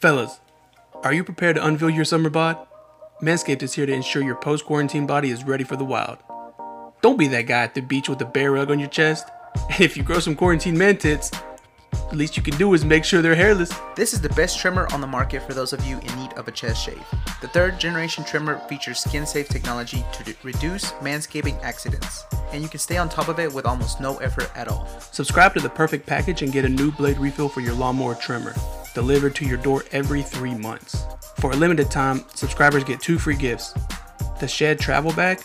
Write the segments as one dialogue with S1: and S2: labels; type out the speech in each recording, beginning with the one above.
S1: Fellas, are you prepared to unveil your summer bod? Manscaped is here to ensure your post quarantine body is ready for the wild. Don't be that guy at the beach with a bear rug on your chest. And if you grow some quarantine man tits, the least you can do is make sure they're hairless.
S2: This is the best trimmer on the market for those of you in need of a chest shave. The third generation trimmer features skin safe technology to d- reduce manscaping accidents, and you can stay on top of it with almost no effort at all.
S1: Subscribe to the perfect package and get a new blade refill for your lawnmower trimmer, delivered to your door every three months. For a limited time, subscribers get two free gifts the Shed Travel Bag,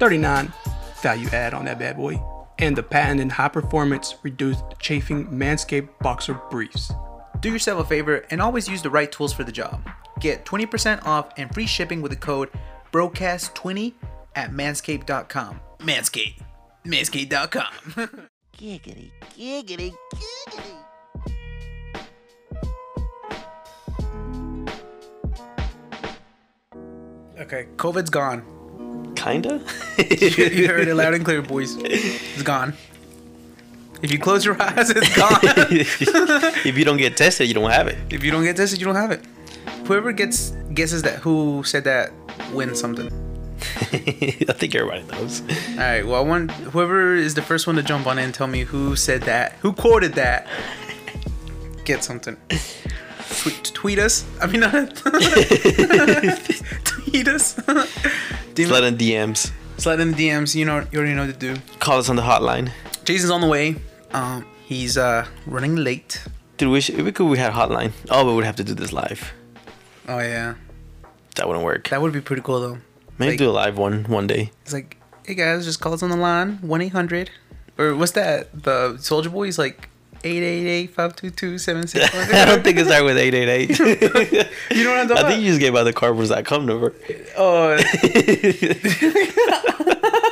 S1: 39 value add on that bad boy, and the patented high performance reduced chafing Manscaped Boxer Briefs.
S2: Do yourself a favor and always use the right tools for the job. Get 20% off and free shipping with the code BROCAST20 at manscaped.com. Manscaped. Manscaped.com.
S3: Giggity, giggity, giggity.
S2: okay, COVID's gone.
S4: Kinda.
S2: You heard it loud and clear, boys. It's gone. If you close your eyes, it's gone.
S4: if you don't get tested, you don't have it.
S2: if you don't get tested, you don't have it. Whoever gets guesses that who said that wins something.
S4: I think everybody knows.
S2: All right. Well, I want whoever is the first one to jump on in and tell me who said that, who quoted that, get something. Tweet, tweet us. I mean, not tweet us. DM,
S4: Slide in DMs.
S2: slide in the DMs. You know, you already know what to do.
S4: Call us on the hotline.
S2: Jason's on the way. Um, he's uh running late.
S4: Dude, we should, we could we had a hotline. Oh, but we'd have to do this live.
S2: Oh yeah,
S4: That wouldn't work.
S2: that would be pretty cool though.
S4: Maybe
S2: like-
S4: do a live one one day.
S2: It's like, hey guys, just call us on the line one eight hundred, or what's that? The Soldier Boy's like. 888-522-7616.
S4: I don't think it's that with eight eight eight.
S2: You know what I'm talking
S4: I think
S2: about?
S4: you just gave out the cardboards.com number.
S2: Oh,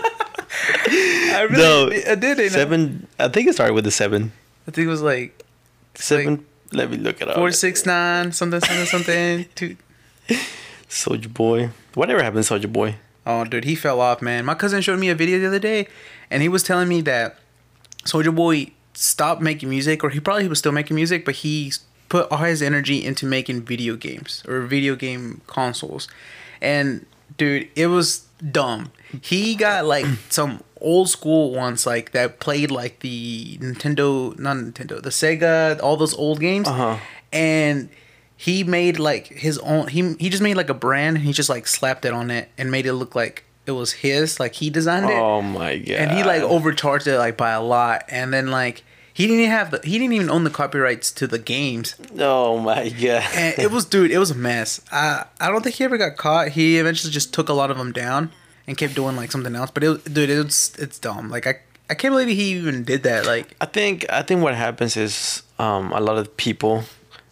S2: I really,
S4: No,
S2: I did it.
S4: Seven. I think it started with a seven.
S2: I think it was like
S4: Seven. let me look it up.
S2: four six nine something something something. Two.
S4: Soldier Boy. Whatever happened to Soldier Boy?
S2: Oh, dude, he fell off, man. My cousin showed me a video the other day, and he was telling me that Soldier Boy stopped making music, or he probably was still making music, but he put all his energy into making video games or video game consoles. And dude, it was dumb. He got like some old school ones like that played like the Nintendo, not Nintendo, the Sega, all those old games.
S4: Uh-huh.
S2: And he made like his own he he just made like a brand and he just like slapped it on it and made it look like it was his, like he designed it
S4: Oh my god.
S2: and he like overcharged it like by a lot and then like he didn't even have the he didn't even own the copyrights to the games
S4: Oh my god.
S2: and it was dude it was a mess i i don't think he ever got caught he eventually just took a lot of them down and kept doing like something else but it dude it's it's dumb like i i can't believe he even did that like
S4: I think I think what happens is um, a lot of people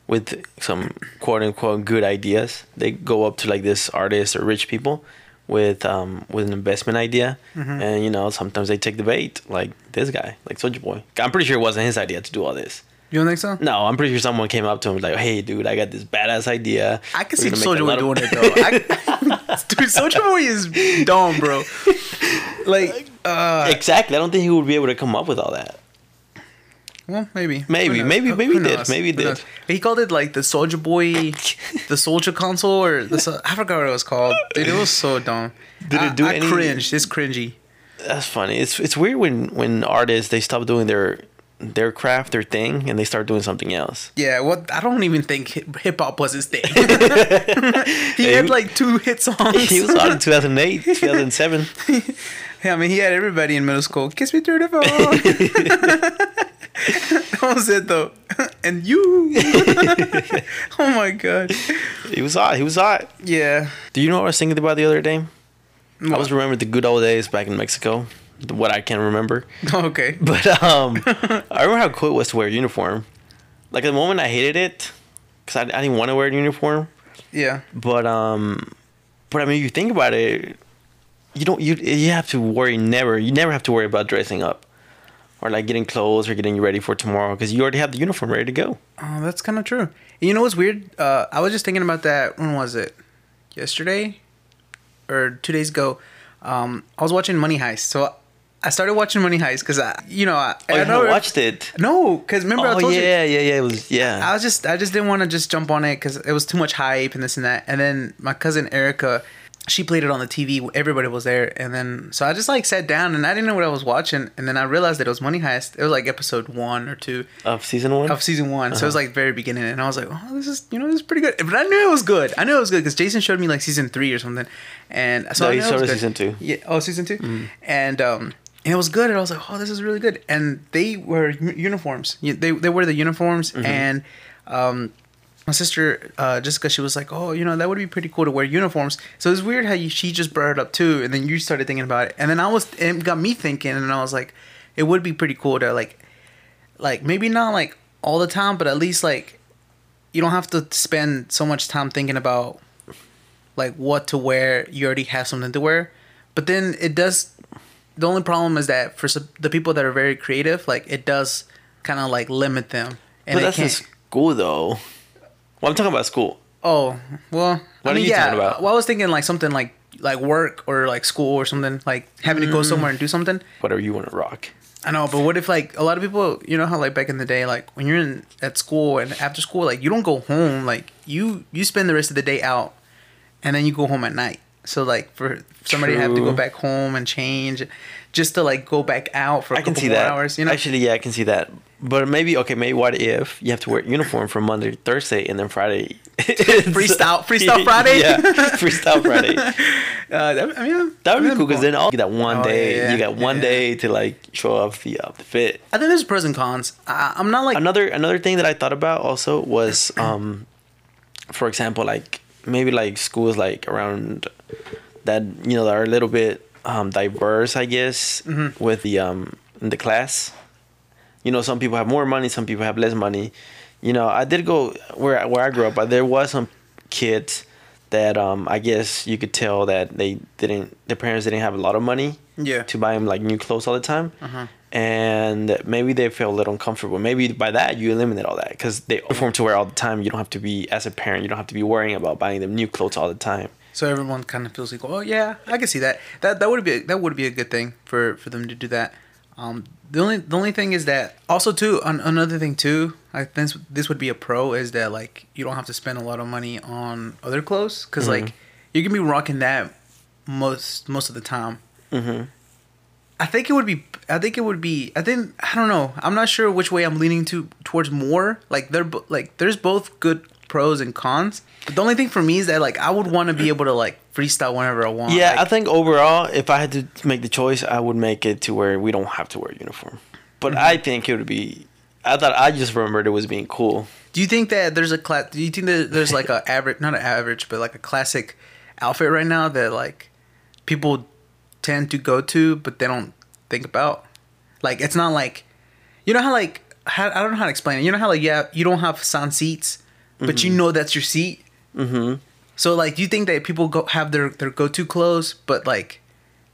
S4: with some quote unquote good ideas they go up to like this artists or rich people with um, with an investment idea
S2: Mm-hmm.
S4: and you know sometimes they take the bait like this guy like Soldier Boy I'm pretty sure it wasn't his idea to do all this
S2: you don't think so
S4: no I'm pretty sure someone came up to him like hey dude I got this badass idea
S2: I can
S4: We're
S2: see
S4: gonna make
S2: Soldier
S4: a
S2: Boy
S4: lot of-
S2: doing it though. I, dude, Soldier Boy is dumb, bro. Like, uh,
S4: exactly I don't think he would be able to come up with all that
S2: well, maybe,
S4: Maybe,
S2: Who knows?
S4: maybe-
S2: Who-
S4: maybe
S2: who
S4: he did,
S2: knows?
S4: maybe he
S2: Who
S4: did.
S2: knows? He called it like the Soldier Boy the soldier console or the so- I forgot what it was called. Dude, it was so dumb.
S4: Did it
S2: I-
S4: do
S2: I
S4: any-
S2: cringe. It's cringy.
S4: That's funny. It's it's weird when when artists they stop doing their their craft, their thing, and they start doing something else.
S2: Yeah, what I don't even think hip hop was his thing. he had like two hit songs.
S4: He was on in 2008, 2007.
S2: Yeah, I mean, he had everybody in middle school. Kiss me through the phone. that was it, though. and you. oh my god.
S4: He was hot. He was hot.
S2: Yeah.
S4: Do you know what I was thinking about the other day? I was remembering the good old days back in Mexico, what I can remember.
S2: Okay.
S4: But um, I remember how cool it was to wear a uniform. Like at the moment, I hated it because I, I didn't want to wear a uniform.
S2: Yeah.
S4: But um, but I mean, you think about it, you don't you you have to worry never you never have to worry about dressing up, or like getting clothes or getting ready for tomorrow because you already have the uniform ready to go.
S2: Oh, that's kind of true. And you know what's weird? Uh, I was just thinking about that. When was it? Yesterday, or two days ago? Um, I was watching Money Heist. So I started watching Money Heist because I, you know, I,
S4: Oh,
S2: I
S4: you
S2: know-
S4: haven't watched it.
S2: No, because remember I
S4: Oh
S2: told you
S4: yeah, yeah, yeah. It was
S2: I
S4: yeah.
S2: was just I just didn't want to just jump on it because it was too much hype and this and that. And then my cousin Erica, she played it on the TV. Everybody was there, and then so I just like sat down and I didn't know what I was watching. And then I realized that it was Money Heist. It was like episode one or two
S4: of season one. Uh-huh.
S2: of season one, so it was like very beginning. And I was like, oh, this is you know this is pretty good. But I knew it was good. I knew it was good because Jason showed me like season three or something, and so
S4: No,
S2: I
S4: he
S2: knew it
S4: showed
S2: was
S4: us
S2: good.
S4: season two. Mm-hmm.
S2: Yeah. Oh, season two, and um, and it was good. And I was like, oh, this is really good. And they were u- uniforms. You- They they wear the uniforms,
S4: Mm-hmm.
S2: and um, my sister uh, Jessica, she was like, oh, you know, that would be pretty cool to wear uniforms. So it's weird how you, she just brought it up too, and then you started thinking about it, and then I was and it got me thinking, and I was like, it would be pretty cool to like, like maybe not like all the time, but at least like, you don't have to spend so much time thinking about like what to wear. You already have something to wear, but then it does. The only problem is that for some, the people that are very creative, like it does kind of like limit them, and
S4: But
S2: they
S4: that's in
S2: can't.
S4: school though. Well, I'm talking about school.
S2: Oh well,
S4: What
S2: I
S4: are
S2: mean,
S4: you
S2: yeah.
S4: talking about?
S2: Well, I was thinking like something like like work or like school or something like having to go
S4: Mm.
S2: somewhere and do something.
S4: Whatever you want to rock.
S2: I know, but what if like a lot of people, you know how like back in the day, like when you're in at school and after school, like you don't go home, like you you spend the rest of the day out, and then you go home at night. So like for somebody to have to
S4: True.
S2: go back home and change, just to like go back out for a
S4: I can
S2: couple
S4: see
S2: more
S4: that.
S2: hours, you know?
S4: Actually, yeah, I can see that. But maybe okay, maybe what if you have to wear uniform from Monday to Thursday and then Friday?
S2: Freestyle- Freestyle Friday?
S4: yeah, freestyle Friday.
S2: uh, that, I mean,
S4: That would be cool because then all you got one
S2: Oh,
S4: day.
S2: yeah, yeah,
S4: You got one
S2: yeah.
S4: day to like show off the uh, the fit.
S2: I think there's pros and cons. I, I'm not like
S4: another another thing that I thought about also was um for example like maybe like schools like around that you know that are a little bit um diverse I guess with the um in the class you know some people have more money some people have less money you know I did go where I- where I grew up but there was some kids that um I guess you could tell that they didn't their parents didn't have a lot of money
S2: Yeah.
S4: to buy them like new clothes all the time and maybe they feel a little uncomfortable maybe by that you eliminate all that because they perform to wear all the time you don't have to be as a parent you don't have to be worrying about buying them new clothes all the time
S2: So everyone kind of feels like, oh yeah, I can see that. That that would be that would be a good thing for for them to do that. Um, the only the only thing is that also too an, another thing too. I think this- this would be a pro is that like you don't have to spend a lot of money on other clothes because
S4: Mm-hmm.
S2: like you can be rocking that most most of the time.
S4: Mm-hmm.
S2: I think it would be. I think it would be. I think I don't know. I'm not sure which way I'm leaning to towards more. Like they're bo- like there's both good pros and cons. But the only thing for me is that like I would want to be able to like freestyle whenever I want.
S4: yeah
S2: Like,
S4: i think overall if i had to make the choice i would make it to where we don't have to wear uniform but
S2: Mm-hmm.
S4: i think it would be i thought i just remembered it was being cool
S2: do you think that there's a class? Do you think that there's like a average, not an average, but like a classic outfit right now that like people tend to go to, but they don't think about. Like it's not like, you know how like how, I don't know how to explain it. You know how like yeah you don't have sun seats, but you know that's your seat.
S4: Mm-hmm.
S2: So like, do you think that people go have their their go to clothes, but like,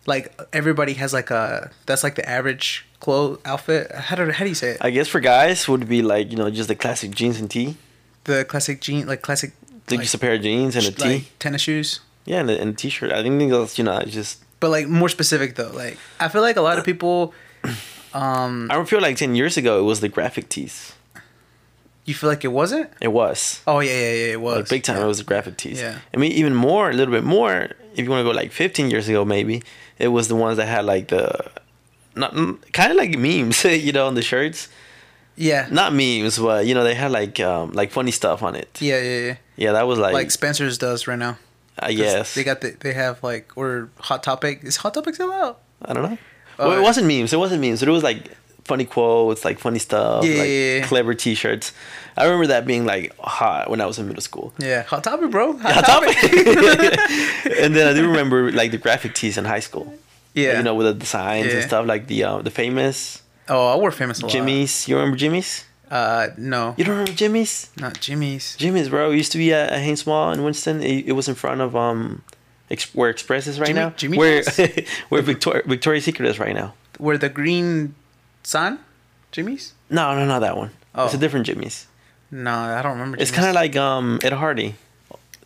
S2: like everybody has like a that's like the average clothes outfit? How do how do you say it?
S4: i guess for guys would be like you know just the classic jeans and tee
S2: the classic jean, like classic,
S4: like, just a pair of jeans and a
S2: sh-
S4: tee
S2: like tennis shoes.
S4: yeah and a, and a t-shirt i think that's you know it's just
S2: But like more specific though, like I feel like a lot of people, um, Mm.
S4: i don't feel like 10 years ago it was the graphic tees
S2: you feel like it wasn't.
S4: it was
S2: Oh yeah, yeah, yeah, it was
S4: Like big time, it was the graphic tees.
S2: Yeah.
S4: I mean, even more, a little bit more. If you want to go like 15 years ago, maybe it was the ones that had like the, not kind of like memes, you know, on the shirts.
S2: Yeah,
S4: Not memes, but you know, they had like um like funny stuff on it.
S2: yeah, yeah, yeah.
S4: Yeah, that was like,
S2: Like Spencer's does right now.
S4: I
S2: 'Cause
S4: guess
S2: they got the, they have like or Hot Topic is Hot Topic still out?
S4: I don't know.
S2: Oh,
S4: well, it
S2: yeah.
S4: wasn't memes. It wasn't memes. It was like funny quotes, like funny stuff,
S2: Yeah,
S4: like
S2: yeah, yeah.
S4: clever T-shirts. I remember that being like hot when I was in middle school.
S2: Yeah, Hot Topic, bro. Hot,
S4: Hot
S2: Topic.
S4: and then I do remember like the graphic tees in high school.
S2: yeah,
S4: you know with the designs and
S2: Yeah.
S4: stuff like the uh, the famous
S2: Oh, I wore famous a lot.
S4: Jimmy's. You remember Jimmy's?
S2: Uh, no,
S4: You don't remember Jimmy's?
S2: not Jimmy's.
S4: Jimmy's, bro. It used to be at, at Haynes Mall in Winston. It, it was in front of um, ex- where Express is right
S2: Jimmy-
S4: now.
S2: Jimmy
S4: where
S2: John's?
S4: where Victoria Victoria's Secret is right now.
S2: Where the green sun? Jimmy's?
S4: No, no, not that one.
S2: Oh.
S4: It's a different Jimmy's.
S2: No, I don't remember.
S4: It's
S2: Jimmy's.
S4: kind of like um Ed Hardy.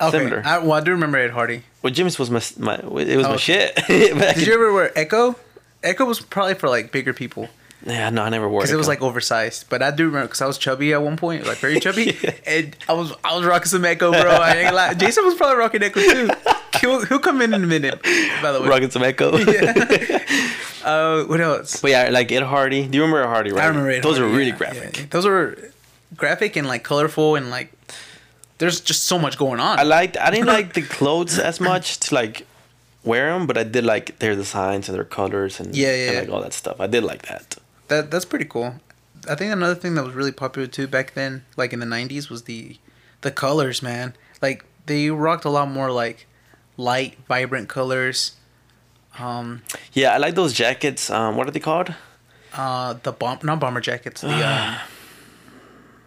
S2: okay.
S4: similar.
S2: I, well, I do remember Ed Hardy.
S4: Well, Jimmy's was my, my it was
S2: Oh,
S4: my
S2: okay.
S4: shit. Back
S2: Did you
S4: in-
S2: ever wear Echo? Echo was probably for like bigger people
S4: Yeah, no, I never wore
S2: because it was like oversized. But I do remember because I was chubby at one point, like very chubby, and I was I was rocking some Echo, bro. I ain't lie. Jason was probably rocking Echo too. He'll, he'll come in in a minute. By the way,
S4: rocking some Echo.
S2: uh, what else?
S4: But yeah, like Ed Hardy. Do you remember Ed Hardy? Right?
S2: I remember Ed
S4: Those
S2: Hardy,
S4: were really
S2: yeah,
S4: graphic.
S2: yeah. Those were graphic and like colorful and like there's just so much going on.
S4: I liked. I didn't like the clothes as much to like wear them, but I did like their designs and their colors and
S2: Yeah, yeah,
S4: and
S2: yeah.
S4: like all that stuff. I did like that.
S2: That that's pretty cool. I think another thing that was really popular too back then, like in the '90s, was the the colors, man. Like they rocked a lot more like light, vibrant colors. Um,
S4: Yeah, I like those jackets. Um, what are they called?
S2: uh, the bomb, not bomber jackets, the
S4: Ah.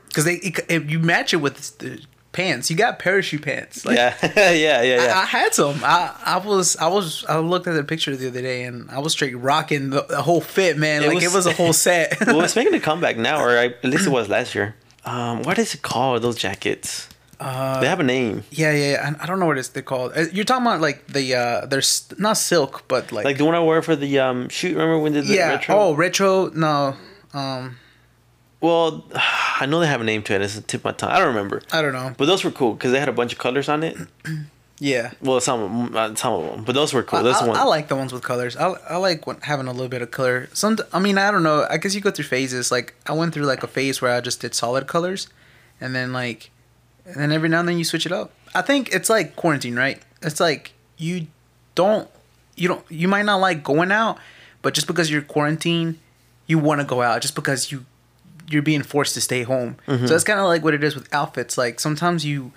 S2: because they it, it- you match it with the pants. You got parachute pants. Like,
S4: yeah, yeah, yeah,
S2: I,
S4: yeah.
S2: I had some. I, I was I was I looked at the picture the other day and I was straight rocking the, the whole fit, man.
S4: It
S2: like it was
S4: was-
S2: a whole set.
S4: well, it's making a comeback now, or I, at least it was last year. Um, what is it called? Those jackets.
S2: Uh,
S4: they have a name,
S2: Yeah, yeah, yeah. I, I don't know what it's they're called. Uh, You're talking about like the uh there's not silk, but like,
S4: like the one I wore for the um shoot. Remember when they did the
S2: yeah.
S4: retro?
S2: Oh, retro. No, um,
S4: Well, I know they have a name to it. It's the tip of my tongue. I don't remember.
S2: I don't know.
S4: But those were cool because they had a bunch of colors on it.
S2: Yeah,
S4: Well, some of 'em, uh, some of them, but those were cool. Those
S2: I, I-
S4: one.
S2: I like the ones with colors. I I like when, having a little bit of color. Some, I mean, I don't know. I guess you go through phases. Like I went through like a phase where I just did solid colors, and then like, and then every now and then you switch it up. I think it's like quarantine, right? It's like you don't, you don't, you might not like going out, but just because you're quarantined, you want to go out. Just because you you're being forced to stay home.
S4: Mm-hmm.
S2: So that's kind of like what it is with outfits. Like sometimes you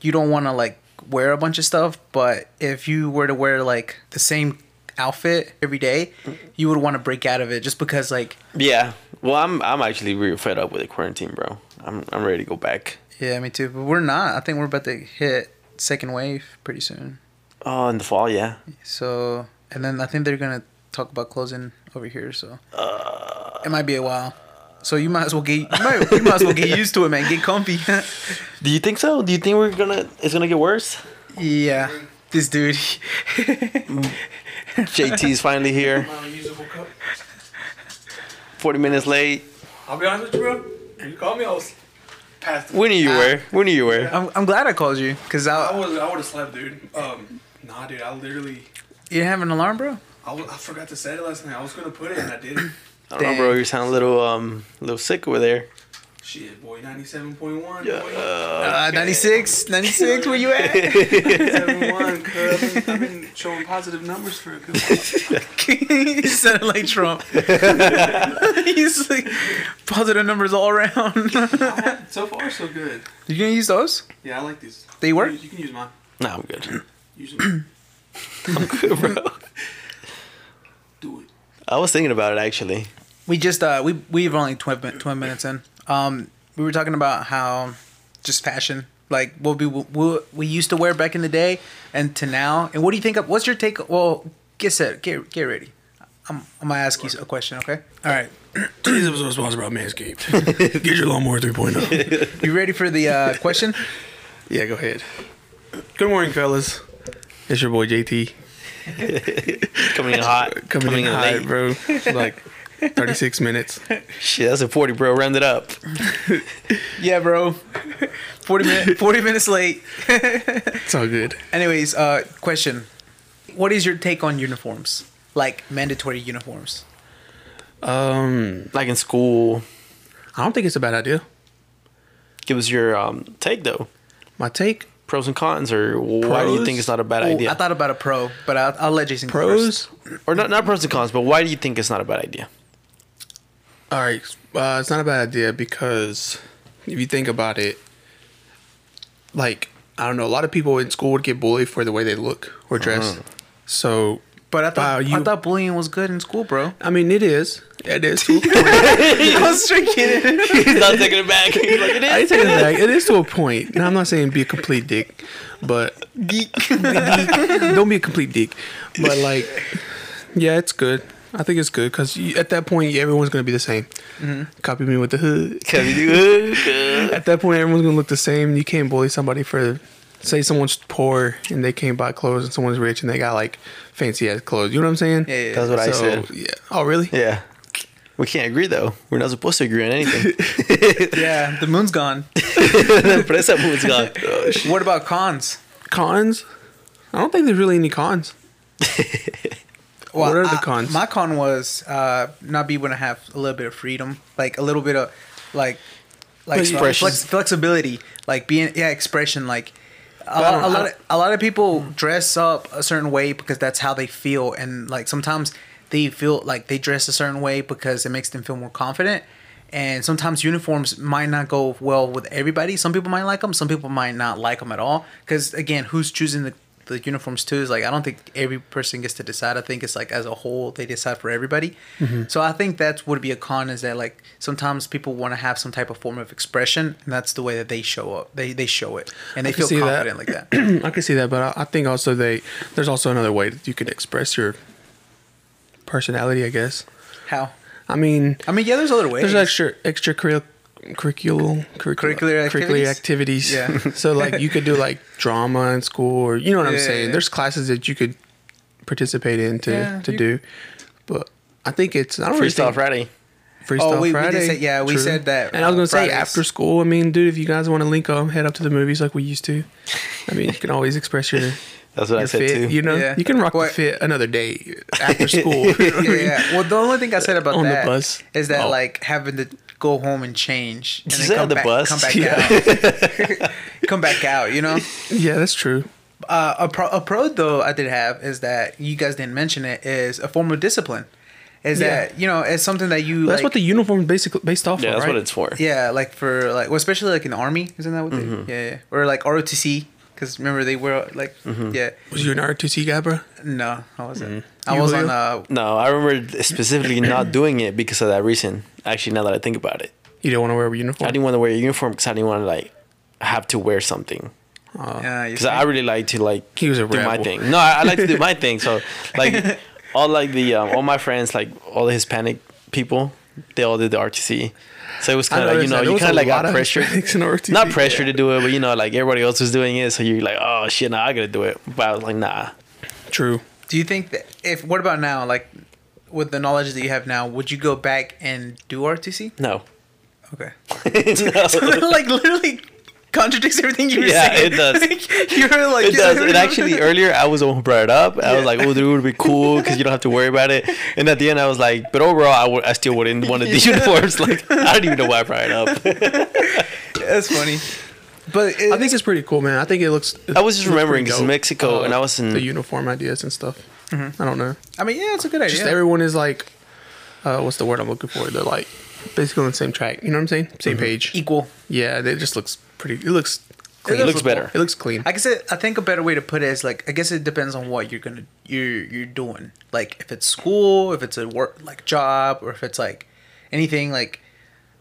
S2: you don't want to like wear a bunch of stuff, but if you were to wear like the same outfit every day, you would want to break out of it just because like
S4: Yeah. Well, I'm I'm actually really fed up with the quarantine, bro. I'm I'm ready to go back.
S2: yeah, me too. But we're not. I think we're about to hit second wave pretty soon.
S4: Oh, in the fall, yeah.
S2: So and then I think they're gonna talk about closing over here. So it might be a while. So you might as well get you might, you might as well get used to it, man. Get comfy.
S4: Do you think so? Do you think we're gonna it's gonna get worse?
S2: yeah, this dude.
S4: JT's finally here.
S5: My reusable cup.
S4: Forty minutes late.
S5: I'll be honest with you, bro. You called me, I was past. The-
S4: When are you where? When are you where?
S2: I'm, I'm glad I called you because I,
S5: I was. I would have slept, dude. Um, nah, dude. I literally.
S2: you didn't have an alarm, bro.
S5: I, was, I forgot to set it last night. I was gonna put it and I didn't.
S4: I don't know, bro. You sound a little um a little sick over there.
S5: Shit, boy. Ninety-seven point one.
S4: Yeah.
S2: Uh, 96, 96, where you at?
S5: Ninety-seven cuz I've been showing positive numbers for a good.
S2: he sounded like Trump. He's like positive numbers all around.
S5: So far, so good.
S2: you gonna use those?
S5: Yeah, I like these.
S2: They work?
S5: You, you can use mine.
S4: Nah, I'm good.
S5: Use them.
S4: I'm good, bro.
S5: Do it.
S4: I was thinking about it actually.
S2: We just uh we we've only 12, min- 12 minutes in. Um, we were talking about how just fashion, like what we what we used to wear back in the day, and to now. And what do you think of? What's your take? Well, get set, get get ready. I'm I'm gonna ask you a question, okay? All right.
S5: Today's episode was sponsored by Manscaped. Get your lawnmower oh. 3.0.
S2: You ready for the uh, question?
S5: Yeah, go ahead. Good morning, fellas. It's your boy JT.
S4: Coming in hot.
S5: coming, in, hot, bro. Like 36 minutes.
S4: Shit, that's a forty, bro. Round it up.
S2: Yeah, bro. 40 minutes 40 minutes late.
S5: It's all good.
S2: Anyways, uh question. What is your take on uniforms? Like mandatory uniforms?
S5: Um,
S4: Like in school.
S5: I don't think it's a bad idea.
S4: Give us your um take though.
S5: My take
S4: Pros and cons, or why do you think
S5: Pros?
S4: it's not a bad
S2: Oh,
S4: idea?
S2: I thought about a pro, but I'll, I'll let Jason go first.
S5: pros.
S4: or not not pros and cons, but why do you think it's not a bad idea?
S5: All right, uh, it's not a bad idea because if you think about it, like I don't know, a lot of people in school would get bullied for the way they look or dress. So,
S2: But I thought
S5: Wow, you-
S2: I thought bullying was good in school, bro.
S5: I mean, it is. It is. To a point.
S2: I was drinking.
S4: He's not taking it back. He's like, it
S5: I
S4: is.
S5: take it back. It is to a point. Now I'm not saying be a complete dick, but don't be a complete dick. But like, yeah, it's good. I think it's good because at that point everyone's gonna be the same.
S4: Mm-hmm.
S5: Copy me with the hood.
S4: Can we do it?
S5: At that point, everyone's gonna look the same. You can't bully somebody for say someone's poor and they can't buy clothes, and someone's rich and they got like fancy ass clothes. You know what I'm saying?
S2: Yeah, yeah.
S4: That's what I
S5: So,
S4: said.
S5: Yeah. Oh, really?
S4: Yeah. We can't agree though. We're not supposed to agree on anything.
S2: Yeah, the moon's gone.
S4: but it's that moon's gone.
S2: what about cons?
S5: Cons? I don't think there's really any cons. What are the
S2: I-
S5: cons?
S2: my con was uh, not being able to have a little bit of freedom, like a little bit of like like
S4: Expression.
S2: flex, flexibility, like being yeah expression. Like a,
S5: I
S2: lot,
S5: don't-
S2: a
S5: I
S2: lot
S5: don't-
S2: of, a lot of people dress up a certain way because that's how they feel, and like sometimes they feel like they dress a certain way because it makes them feel more confident. And sometimes uniforms might not go well with everybody. Some people might like them. Some people might not like them at all. Because again, who's choosing the the uniforms too is like I don't think every person gets to decide. I think it's like as a whole they decide for everybody. So I think that's would be a con is that like sometimes people want to have some type of form of expression and that's the way that they show up. They they show it and they
S5: can
S2: feel
S5: see that.
S2: confident like that.
S5: I can see that, but I, I think also they there's also another way that you can express your personality. I guess.
S2: How?
S5: I mean,
S2: I mean, yeah, there's other ways.
S5: there's extra extracurricular curricular
S2: Curricular
S5: curricular
S2: activities?
S5: activities. so like you could do like drama in school, or you know what I'm
S2: Yeah, yeah,
S5: saying.
S2: yeah.
S5: There's classes that you could participate in to
S2: Yeah,
S5: to
S2: you-
S5: do, but. I think it's I don't really
S4: Freestyle
S5: think-
S4: Friday.
S5: Freestyle
S2: Oh, we- we did
S5: Friday.
S2: say- yeah, we said that,
S5: And I was
S2: uh,
S5: gonna say
S2: Fridays.
S5: after school. I mean, dude, if you guys want to link up, head up to the movies like we used to. I mean, you can always express your,
S4: That's what I
S5: your
S4: said
S5: fit.
S4: too.
S5: You know,
S2: Yeah.
S5: you can rock
S2: What-
S5: the fit another day after school.
S2: yeah, yeah. Well, the only thing I said about
S5: On the
S2: that
S5: bus.
S2: is that
S5: Oh.
S2: like having to go home and change and
S4: You said on the
S2: back,
S4: bus?
S2: come back out, come back out. You know.
S5: yeah, that's true.
S2: uh, a pro a pro though I did have is that you guys didn't mention it is a form of discipline. Is
S5: Yeah.
S2: that you know it's something that you
S5: That's
S2: like-
S5: what the uniform is basically based off
S4: yeah,
S5: of,
S4: that's
S5: right?
S4: what it's for.
S2: yeah like for like well, especially like in the army isn't that what
S5: Mm-hmm.
S2: they yeah, yeah or like ROTC because remember they were like
S5: Mm-hmm.
S2: yeah
S5: Was you an RTC guy, bro?
S2: no I wasn't I
S5: Mm-hmm. You
S2: was on
S5: Julio?
S2: uh
S4: No, I remember specifically not doing it because of that reason. Actually, now that I think about it,
S5: You don't want to wear a
S4: I
S5: uniform.
S4: didn't want to wear a uniform because I didn't want to like have to wear something.
S2: uh, you
S4: Because I really like to like
S5: He was a
S4: do my
S5: rebel.
S4: thing. No, I, I like to do my thing. So like all like the um, all my friends, like all the Hispanic people, they all did the RTC. So it was kind of
S5: noticed
S4: you know
S5: that. There
S4: you
S5: was
S4: kind
S5: a
S4: of like
S5: lot
S4: got
S5: of
S4: pressure,
S5: Hispanics in RTC,
S4: not pressure to do it, but you know like everybody else was doing it, so you're like oh shit, now I gotta do it. But I was like nah,
S5: True.
S2: do you think that if what about now like with the knowledge that you have now would you go back and do ROTC
S4: no.
S2: okay
S4: No.
S2: like literally contradicts everything you were
S4: Yeah,
S2: saying
S4: it does.
S2: you're like
S4: It does. And actually, earlier I was the one who brought it up. I was like, "Oh, dude, it would be cool because you don't have to worry about it." And at the end, I was like, "But overall, I would- I still wouldn't want to do uniforms." Like, I don't even know why I brought it up.
S2: That's funny. But it,
S5: I think it's pretty cool, man. I think it looks.
S4: I was just
S5: it looks
S4: remembering
S5: pretty
S4: because
S5: dope. Uh,
S4: Mexico, and I was in
S5: the uniform ideas and stuff. I don't know.
S2: I mean, Mm-hmm. yeah, it's a good idea.
S5: Just everyone is like, uh, what's the word I'm looking for? They're like basically on the same track. You know what I'm saying?
S4: Mm-hmm.
S5: Same page.
S2: equal.
S5: Yeah, it just looks pretty. It looks. Clean.
S4: It looks better.
S5: It looks clean.
S2: I guess it, I think a better way to put it is like I guess it depends on what you're gonna you're you're doing. Like if it's school, if it's a work like job, or if it's like anything like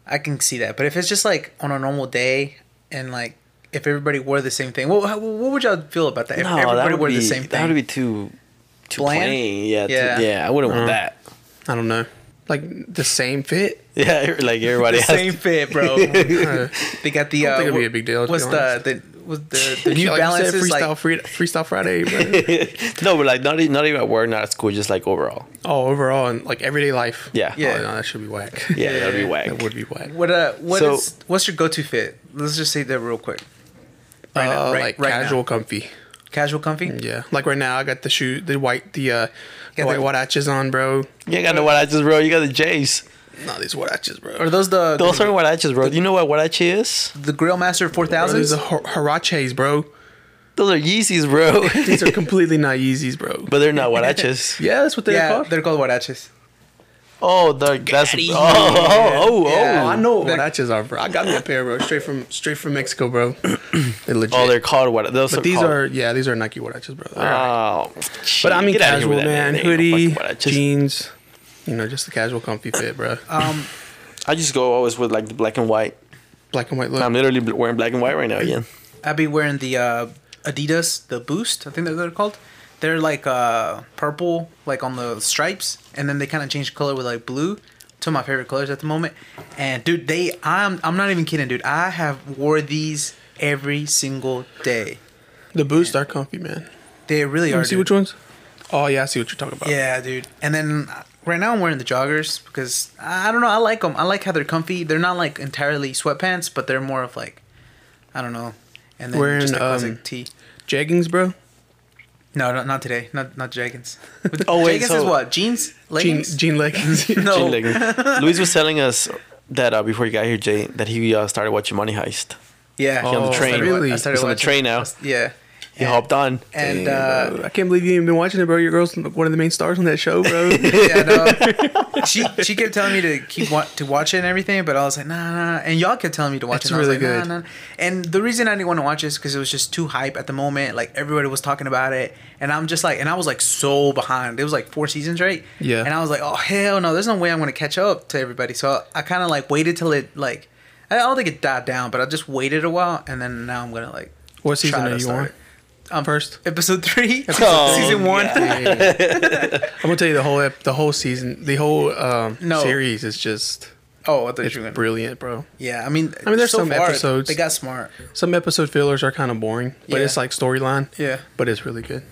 S2: I can see that. But if it's just like on a normal day and like if everybody wore the same thing, well, how, what would y'all feel about that? If
S4: no,
S2: everybody
S4: that would
S2: wore
S4: be
S2: the same
S4: that would
S2: thing,
S4: be too too
S2: Bland?
S4: plain. Yeah, yeah.
S2: Yeah.
S4: Too, yeah. I wouldn't want
S5: Uh-huh.
S4: that.
S5: I don't know. Like the same fit.
S4: Yeah, like everybody
S2: the
S4: has.
S2: same fit, bro.
S5: Uh,
S2: they got the.
S5: I
S2: uh,
S5: don't think it'd be
S2: wha-
S5: a big deal, to be
S2: What's the
S5: honest.
S2: the was the, the
S5: you
S2: New
S5: like
S2: Balance
S5: you
S2: is
S5: said, freestyle,
S2: like
S5: Fri- freestyle Friday. bro.
S4: no, but like not e- not even at work, not at school, just like overall.
S5: oh, overall and like everyday life.
S4: Yeah.
S5: Yeah.
S2: Yeah.
S5: Oh, no, that should be whack.
S4: Yeah, that'd be
S2: Yeah.
S4: whack.
S5: that would be whack.
S2: What uh, what
S4: So-
S2: is- what's your go-to fit? Let's just say that real quick. Right now,
S5: uh,
S2: right-
S5: like
S2: right now.
S5: casual, comfy.
S2: Casual, comfy.
S5: Yeah. Like right now, I got the shoe, the white, the uh, the
S2: Got
S5: white
S2: the-
S5: huaraches on, bro.
S4: You ain't got no huaraches, bro. You got the J's.
S5: No, these huaraches, bro.
S2: Are those the
S4: Those
S2: the,
S4: are huaraches, bro. Do you know what huarache is?
S2: the Grill Master four
S5: Bro, these
S2: thousands?
S5: are hu- huaraches, bro.
S4: Those are Yeezys, bro.
S5: These are completely not Yeezys, bro.
S4: but they're not huaraches.
S5: Yeah, that's what they're
S2: yeah,
S5: called.
S2: they're called huaraches.
S4: Oh, the, that's oh, oh oh
S2: Yeah.
S5: oh, I
S4: oh.
S5: know what
S2: They're-
S5: huaraches are, bro. I got me a pair, bro. Straight from straight from Mexico, bro. They're legit.
S4: Oh, they're called what? Those
S5: but these
S4: called-
S5: are yeah, these are Nike huaraches, bro. They're alright.
S4: Oh,
S5: But I mean
S4: get outta here
S5: casual,
S4: with that,
S5: man.
S4: They ain't no
S5: Hoodie,
S4: fucking huaraches.
S5: jeans. You know, just the casual, comfy fit, bro.
S4: Ah.
S2: Um,
S4: I just go always with like the black and white.
S5: Black and white
S4: I'm
S5: look.
S4: literally bl- wearing black and white right now again.
S2: I'd be wearing the uh, Adidas, the Boost. I think that they're called. They're like uh, purple, like on the stripes, and then they kind of change color with like blue. Two of my favorite colors at the moment. And dude, they I'm I'm not even kidding, dude. I have wore these every single day.
S5: The boosts are comfy, man.
S2: They really
S5: You
S2: are.
S5: see
S2: dude.
S5: which ones? Oh yeah, I see what you're talking about.
S2: Yeah, dude. And then uh, right now I'm wearing the joggers because I I don't know. I like them. I like how they're comfy. They're not like entirely sweatpants, but they're more of like, I don't know. And then
S5: Wearing,
S2: just a classic
S5: um,
S2: tee.
S5: Jeggings, bro.
S2: No, no, not today. Not not jeggings.
S4: Oh, wait,
S2: jeggings
S4: so-
S2: is what jeans,
S5: Jean,
S2: leggings.
S5: jean leggings.
S2: no,
S4: Jean leggings. Luis was telling us that uh, before he got here, Jay, that he uh, started watching Money Heist.
S2: yeah,
S4: on the
S2: I Oh, started
S4: train.
S2: wa- I
S5: Really?
S2: started
S4: He's on the
S2: watching-
S4: train now.
S2: Yeah,
S4: He hopped on.
S2: and
S5: Uh,
S2: uh,
S5: I can't believe you ain't been watching it, bro. Your girl's one of the main stars on that show, bro.
S2: yeah, no. she she kept telling me to keep wa- to watch it and everything, but I was like, nah, nah. nah. And y'all kept telling me to watch
S5: It's
S2: it. And I was
S5: really
S2: like,
S5: good.
S2: Nah, nah. And the reason I didn't want to watch it is because it was just too hype at the moment. Like everybody was talking about it, and I'm just like, and I was like so behind. It was like four seasons, right?
S5: Yeah.
S2: And I was like, oh hell no, there's no way I'm gonna catch up to everybody. So I kind of like waited till it like. I don't think it died down, but I just waited a while, and then now I'm gonna like.
S5: what season
S2: try to
S5: are you
S2: start
S5: on?
S2: it. I'm
S5: First,
S2: Episode three,
S4: Oh,
S2: season one.
S5: I'm gonna tell you the whole ep- the whole season, the whole um,
S2: No.
S5: series is just
S2: Oh, I thought
S5: it's
S2: you were gonna.
S5: brilliant, bro.
S2: Yeah, I mean,
S5: I mean, there's some
S2: far,
S5: episodes-
S2: they got smart.
S5: Some episode fillers are kind of boring, but
S2: Yeah.
S5: it's like storyline.
S2: Yeah,
S5: But it's really good.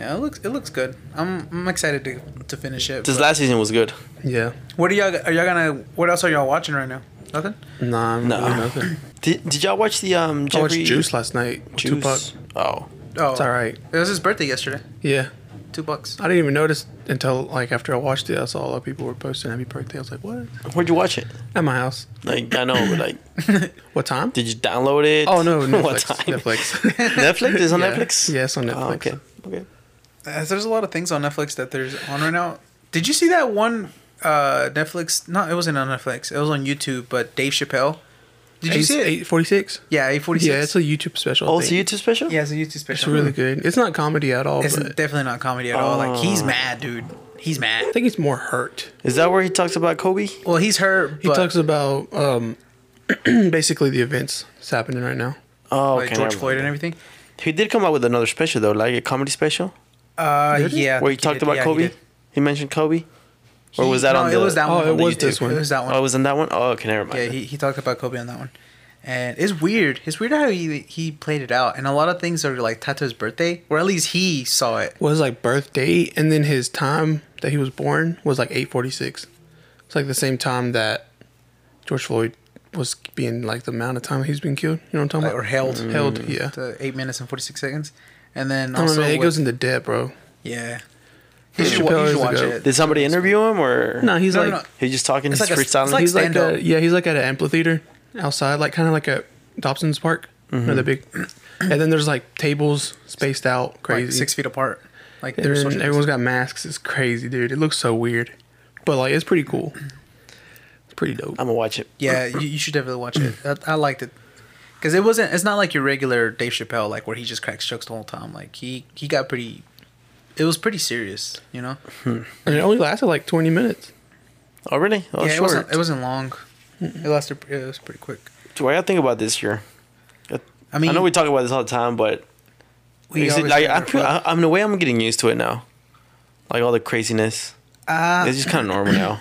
S2: yeah, it looks it looks good. I'm I'm excited to to finish it.
S4: This
S2: but-
S4: last season was good.
S5: Yeah.
S2: what are y'all are y'all gonna what else are y'all watching right now? Nothing.
S5: Nah, I'm
S4: No.
S5: really nothing.
S4: Did, did y'all watch the um?
S5: I
S4: Jeffrey
S5: watched Juice last night. with
S4: Juice?
S5: Tupac.
S4: Oh,
S2: Oh,
S5: It's all right.
S2: It was his birthday yesterday.
S5: Yeah.
S2: Two bucks.
S5: I didn't even notice until like after I watched it. I saw a lot of people were posting happy birthday. I was like, what?
S4: where'd you watch it?
S5: At my house.
S4: Like I know, but like,
S5: What time?
S4: did you download it?
S5: oh no, Netflix.
S4: what time?
S5: Netflix.
S4: Netflix is on
S5: Yeah.
S4: Netflix.
S5: Yeah, it's on Netflix.
S4: Oh, okay. Okay.
S2: As there's a lot of things on Netflix that there's on right now. Did you see that one uh Netflix? No, it wasn't on Netflix. It was on YouTube. But Dave Chappelle. Did you see it?
S5: Eight forty six.
S2: yeah, eight forty six.
S5: Yeah, it's a YouTube special.
S4: Oh,
S5: Oh,
S4: it's a YouTube special.
S2: yeah, it's a YouTube special.
S5: It's really good. It's not comedy at all.
S2: It's
S5: but
S2: definitely not comedy at all. Like
S4: Oh.
S2: he's mad, dude. He's mad.
S5: I think it's more hurt.
S4: Is that where he talks about Kobe? Oh,
S2: Well, he's hurt.
S5: He
S2: but,
S5: talks about um, basically the events that's happening right now.
S4: Oh,
S2: like
S4: okay,
S2: George
S4: never
S2: Floyd and
S4: mind.
S2: everything.
S4: He did come out with another special though, like a comedy special
S2: Uh,
S5: Did he?
S2: yeah. I
S4: where he
S2: think
S4: talked
S2: did.
S4: about
S2: Yeah, he
S4: Kobe. He,
S2: did.
S4: mentioned Kobe, or was
S2: He-
S4: that
S2: no,
S4: on the?
S2: it was that one.
S5: Oh,
S2: on
S5: it was
S2: YouTube.
S5: this one.
S2: It was that one.
S4: Oh, it was in that one. Oh, okay, never mind.
S2: yeah, he, he talked about Kobe on that one, and it's weird. It's weird how he he played it out, and a lot of things are like tied to his birthday, or at least he saw it.
S5: Well, his like birth date and then his time that he was born was like eight forty six. It's like the same time that George Floyd was being like the amount of time he's been killed. You know what I'm talking
S2: Like,
S5: about?
S2: or held.
S5: Held, yeah.
S2: To eight minutes and forty six seconds, and then
S5: I don't
S2: also
S5: know, man, Oh, it
S2: with-
S5: goes into debt, bro.
S2: yeah. You should, wa-
S5: Chappelle
S2: you
S5: is
S2: should
S5: a
S2: watch
S5: goat.
S2: it.
S4: Did somebody interview him or?
S5: No, he's
S2: No,
S5: like
S2: no, no.
S4: He's just talking.
S2: It's
S4: He's
S2: like a-
S4: freestyling.
S2: it's like
S5: he's like
S2: stand-up.
S5: a, yeah, he's like at an amphitheater outside, like kind of like at Dobson's Park, you
S2: Mm-hmm.
S5: know, the big. And then there's like tables spaced out,
S2: Like,
S5: crazy.
S2: six feet apart. Like
S5: and
S2: they're
S5: then
S2: social.
S5: everyone's got masks. It's crazy, dude. It looks so weird, but like it's pretty cool. It's pretty dope.
S2: Um,
S4: I'm gonna watch it.
S2: Yeah, you, you should definitely watch it. I, I liked it because it wasn't. It's not like your regular Dave Chappelle, like where he just cracks jokes the whole time. Like he he got pretty. It was pretty serious, you know.
S5: And it only lasted like 20 minutes.
S4: Oh, really? Oh,
S2: yeah, it
S4: short.
S2: wasn't. It wasn't long. It lasted. It was pretty quick.
S4: Dude, what y'all think about this year?
S2: I mean,
S4: I know we talk about this all the time, but
S2: we
S4: is it,
S2: always
S4: like
S2: get
S4: I'm,
S2: our
S4: pre-
S2: food.
S4: I, I'm in a way I'm getting used to it now. Like all the craziness,
S2: Uh,
S4: it's just kind of normal now.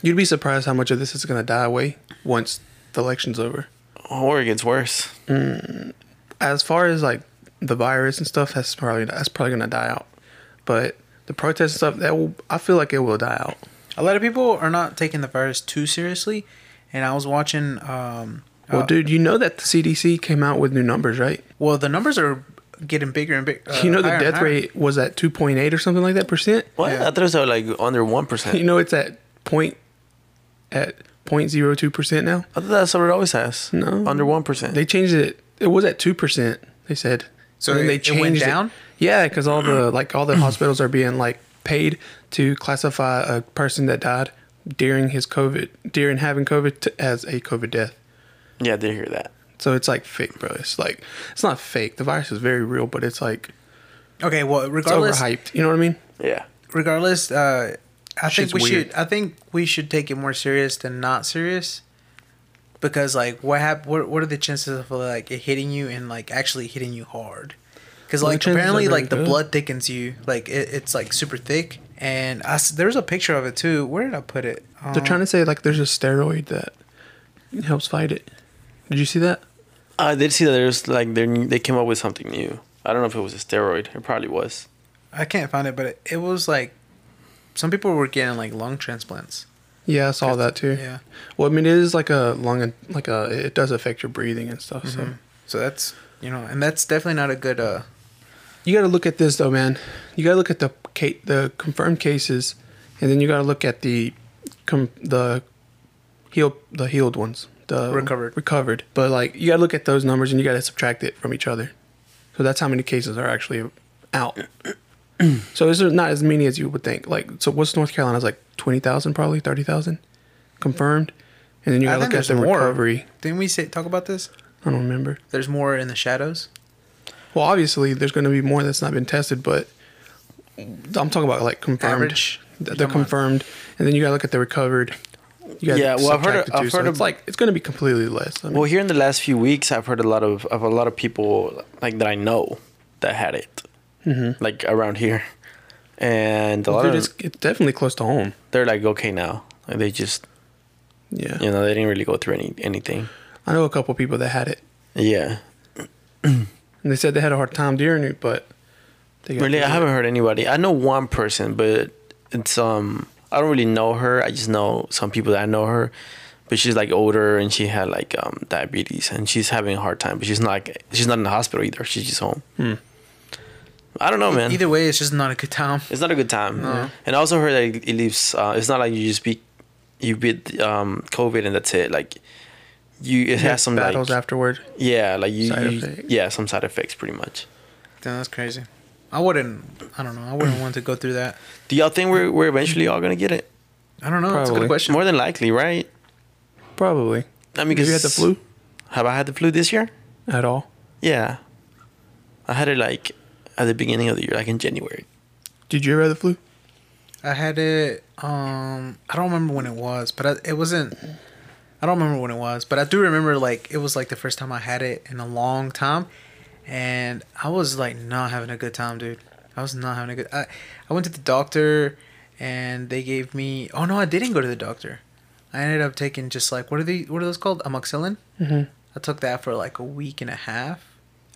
S5: You'd be surprised how much of this is going to die away once the election's over.
S4: Oh, Or it gets worse.
S5: As far as like the virus and stuff, that's probably that's probably going to die out. But the protests and stuff, that will, I feel like it will die out.
S2: a lot of people are not taking the virus too seriously, and I was watching. Um,
S5: Well,
S2: uh,
S5: dude, you know that the CDC came out with new numbers, right?
S2: well, the numbers are getting bigger and bigger.
S5: you know the death rate was at 2.8 or something like that percent.
S4: What?
S2: Yeah.
S4: I thought it was uh, like under one percent.
S5: You know it's at point at 0.02 percent now.
S4: I thought that's what it always has.
S5: No.
S4: under one percent.
S5: They changed it. It was at two percent. They said.
S2: So
S5: then
S2: it- it went down?
S5: Yeah, because all the like all the hospitals are being like paid to classify a person that died during his COVID during having COVID t as a COVID death.
S4: Yeah, I did hear that.
S5: So it's like fake, bro. It's like it's not fake. The virus is very real, but it's like
S2: Okay, well,
S5: it's
S2: regardless,
S5: overhyped. You know what I mean?
S4: Yeah.
S2: regardless, uh, I
S5: Shit's
S2: think we
S5: weird.
S2: should. I think we should take it more serious than not serious, because like, what hap- What What are the chances of like it hitting you and like actually hitting you hard? Because
S5: Well, the
S2: like
S5: chances are
S2: apparently
S5: very
S2: like the
S5: good.
S2: blood thickens you. Like it, it's like super thick. And I s there's a picture of it too. Where did I put it? Um,
S5: They're trying to say like there's a steroid that helps fight it. Did you see that?
S4: I did see that there's like they they came up with something new. I don't know if it was a steroid. It probably was.
S2: Um, I can't find it, but it, it was like some people were getting like lung transplants.
S5: Yeah, I saw that too.
S2: Yeah.
S5: Well, I mean, it is like a lung, like a, it does affect your breathing and stuff. So
S2: So that's you know, and that's definitely not a good. uh
S5: you got to look at this though, man. You got to look at the ca- the confirmed cases, and then you got to look at the com- the healed the healed ones, the
S2: Recovered.
S5: recovered. But like, you got to look at those numbers and you got to subtract it from each other. So that's how many cases are actually out. so this is not as many as you would think. Like, so what's North Carolina's like twenty thousand, probably thirty thousand confirmed, and then you
S2: I
S5: got to
S2: think
S5: look at
S2: there's
S5: the
S2: more.
S5: recovery.
S2: Didn't we say talk about this?
S5: I don't remember.
S2: There's more in the shadows.
S5: Well, obviously, there's going to be more that's not been tested, but I'm talking about like confirmed.
S2: Average?
S5: The, the
S2: Come on.
S5: confirmed, and then you got to look at the recovered. You gotta
S4: Yeah, well, I've heard-
S5: subtract the two,
S4: I've
S5: so
S4: heard
S5: it's
S4: of-
S5: like it's going to be completely less. I mean,
S4: Well, here in the last few weeks, I've heard a lot of of a lot of people like that I know that had it, mm-hmm. like around here, and a lot
S5: dude,
S4: of
S5: it's, it's definitely close to home.
S4: they're like okay now. Like they just
S5: Yeah.
S4: you know they didn't really go through any anything.
S5: I know a couple people that had it,
S4: Yeah,
S5: and they said they had a hard time during it, but they got
S4: really, I
S5: through it.
S4: haven't heard anybody. I know one person, but it's um I don't really know her. I just know some people that I know her, but she's like older and she had like um diabetes and she's having a hard time. But she's not like, she's not in the hospital either. She's just home.
S5: Hmm.
S4: I don't know,
S5: E-
S4: man.
S2: Either way, it's just not a good time.
S4: It's not a good time. And I also heard that it it leaves. Uh, it's not like you just beat you beat um, COVID and that's it. Like you, it
S5: Yeah,
S4: has some like
S5: battles afterward.
S4: yeah, like you,
S5: Side
S4: you-
S5: effects.
S4: yeah, some side effects pretty much.
S2: Damn, that's crazy. I wouldn't. I don't know. I wouldn't want to go through that.
S4: Do y'all think we're we're eventually all gonna get it?
S2: I don't know. That's a
S5: Probably.
S2: good question.
S4: More than likely, right?
S5: Probably.
S4: I mean,
S5: Have you had the flu
S4: Have I had the flu this year?
S5: at all?
S4: Yeah, I had it like at the beginning of the year, like in January.
S5: Did you ever have the flu?
S2: I had it. Um, I don't remember when it was, but I, it wasn't. I don't remember when it was, but I do remember like it was like the first time I had it in a long time, and I was like not having a good time, dude. I was not having a good. I, I went to the doctor, and they gave me. Oh no, I didn't go to the doctor. I ended up taking just like what are they? What are those called? Amoxicillin. Mm-hmm. I took that for like a week and a half.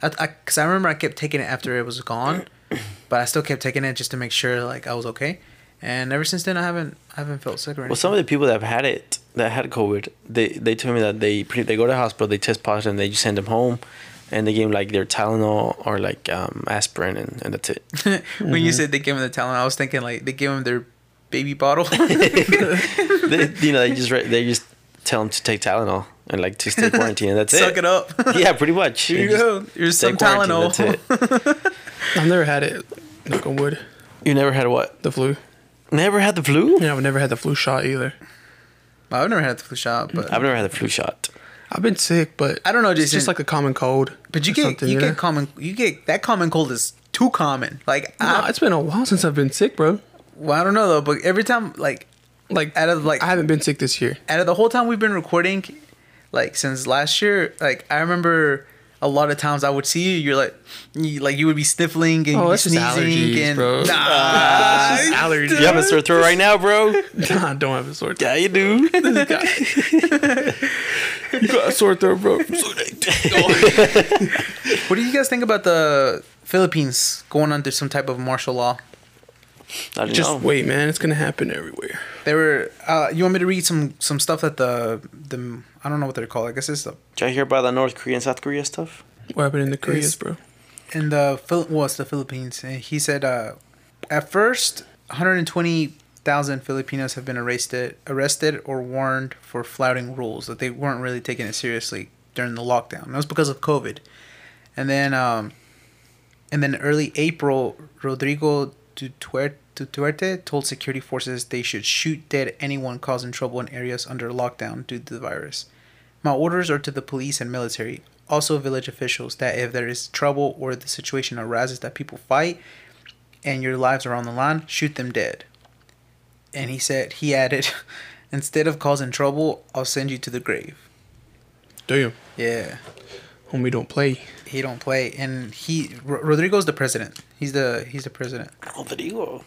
S2: I, I, cause I remember I kept taking it after it was gone, but I still kept taking it just to make sure like I was okay. And ever since then, I haven't I haven't felt sick or anything.
S4: Well, some of the people that have had it, that had COVID, they they told me that they pre- they go to the hospital, they test positive, and they just send them home, and they give them like their Tylenol or like um, aspirin, and, and that's it.
S2: when
S4: Mm-hmm.
S2: you said they gave him the talent, I was thinking like they gave him their baby bottle.
S4: they, you know, they just re- they just tell them to take Tylenol and like to stay quarantined, and that's it.
S2: Suck it up.
S4: Yeah, pretty much.
S2: Here
S4: They
S2: you
S4: just
S2: go. Here's
S4: stay
S2: some
S4: quarantined,
S2: Tylenol.
S4: That's it.
S5: I've never had it. Knock on wood.
S4: You never had what?
S5: The flu.
S4: Never had the flu?
S5: Yeah, I've never had the flu shot either.
S2: I've never had the flu shot, but
S4: I've never had the flu shot.
S5: I've been sick, but
S2: I don't know,
S5: It's just
S2: Jason.
S5: like a common cold.
S2: but you
S5: or
S2: get
S5: something,
S2: you
S5: know?
S2: get common you get that common cold is too common. Like
S5: Nah,
S2: I,
S5: it's been a while since I've been sick, bro.
S2: well, I don't know though, but every time like
S5: Like
S2: out of like
S5: I haven't been sick this year.
S2: out of the whole time we've been recording, like since last year, like I remember a lot of times I would see you, you're like, you, like you would be sniffling and
S5: Oh,
S2: you'd be
S5: that's just
S2: sneezing
S5: allergies,
S2: and
S5: bro.
S2: nah,
S4: You have a sore throat right now, bro?
S5: Nah, I don't have a sore throat.
S4: Yeah, you do.
S5: You got a sore throat, bro.
S2: What do you guys think about the Philippines going under some type of martial law?
S4: I don't
S5: Just
S4: know.
S5: wait, man. It's gonna happen everywhere.
S2: They were. Uh, you want me to read some some stuff that the the I don't know what they're called. I guess it's the
S4: Did I hear about the North Korea and South Korea stuff?
S5: What happened in the
S2: It's-
S5: Koreas, bro?
S2: in the Phil well, it's the Philippines. And he said, uh, at first, 120,000 Filipinos have been arrested, arrested or warned for flouting rules that they weren't really taking it seriously during the lockdown. That was because of COVID, and then, um, and then early April, Rodrigo Dutuer- Duterte told security forces they should shoot dead anyone causing trouble in areas under lockdown due to the virus. My orders are to the police and military, also village officials, that if there is trouble or the situation arises that people fight and your lives are on the line, shoot them dead. And he said, he added, instead of causing trouble, I'll send you to the grave.
S5: Damn,
S2: Yeah,
S5: homie, don't play.
S2: he don't play, and he Ro- Rodrigo's the president. He's the he's the president.
S4: Rodrigo.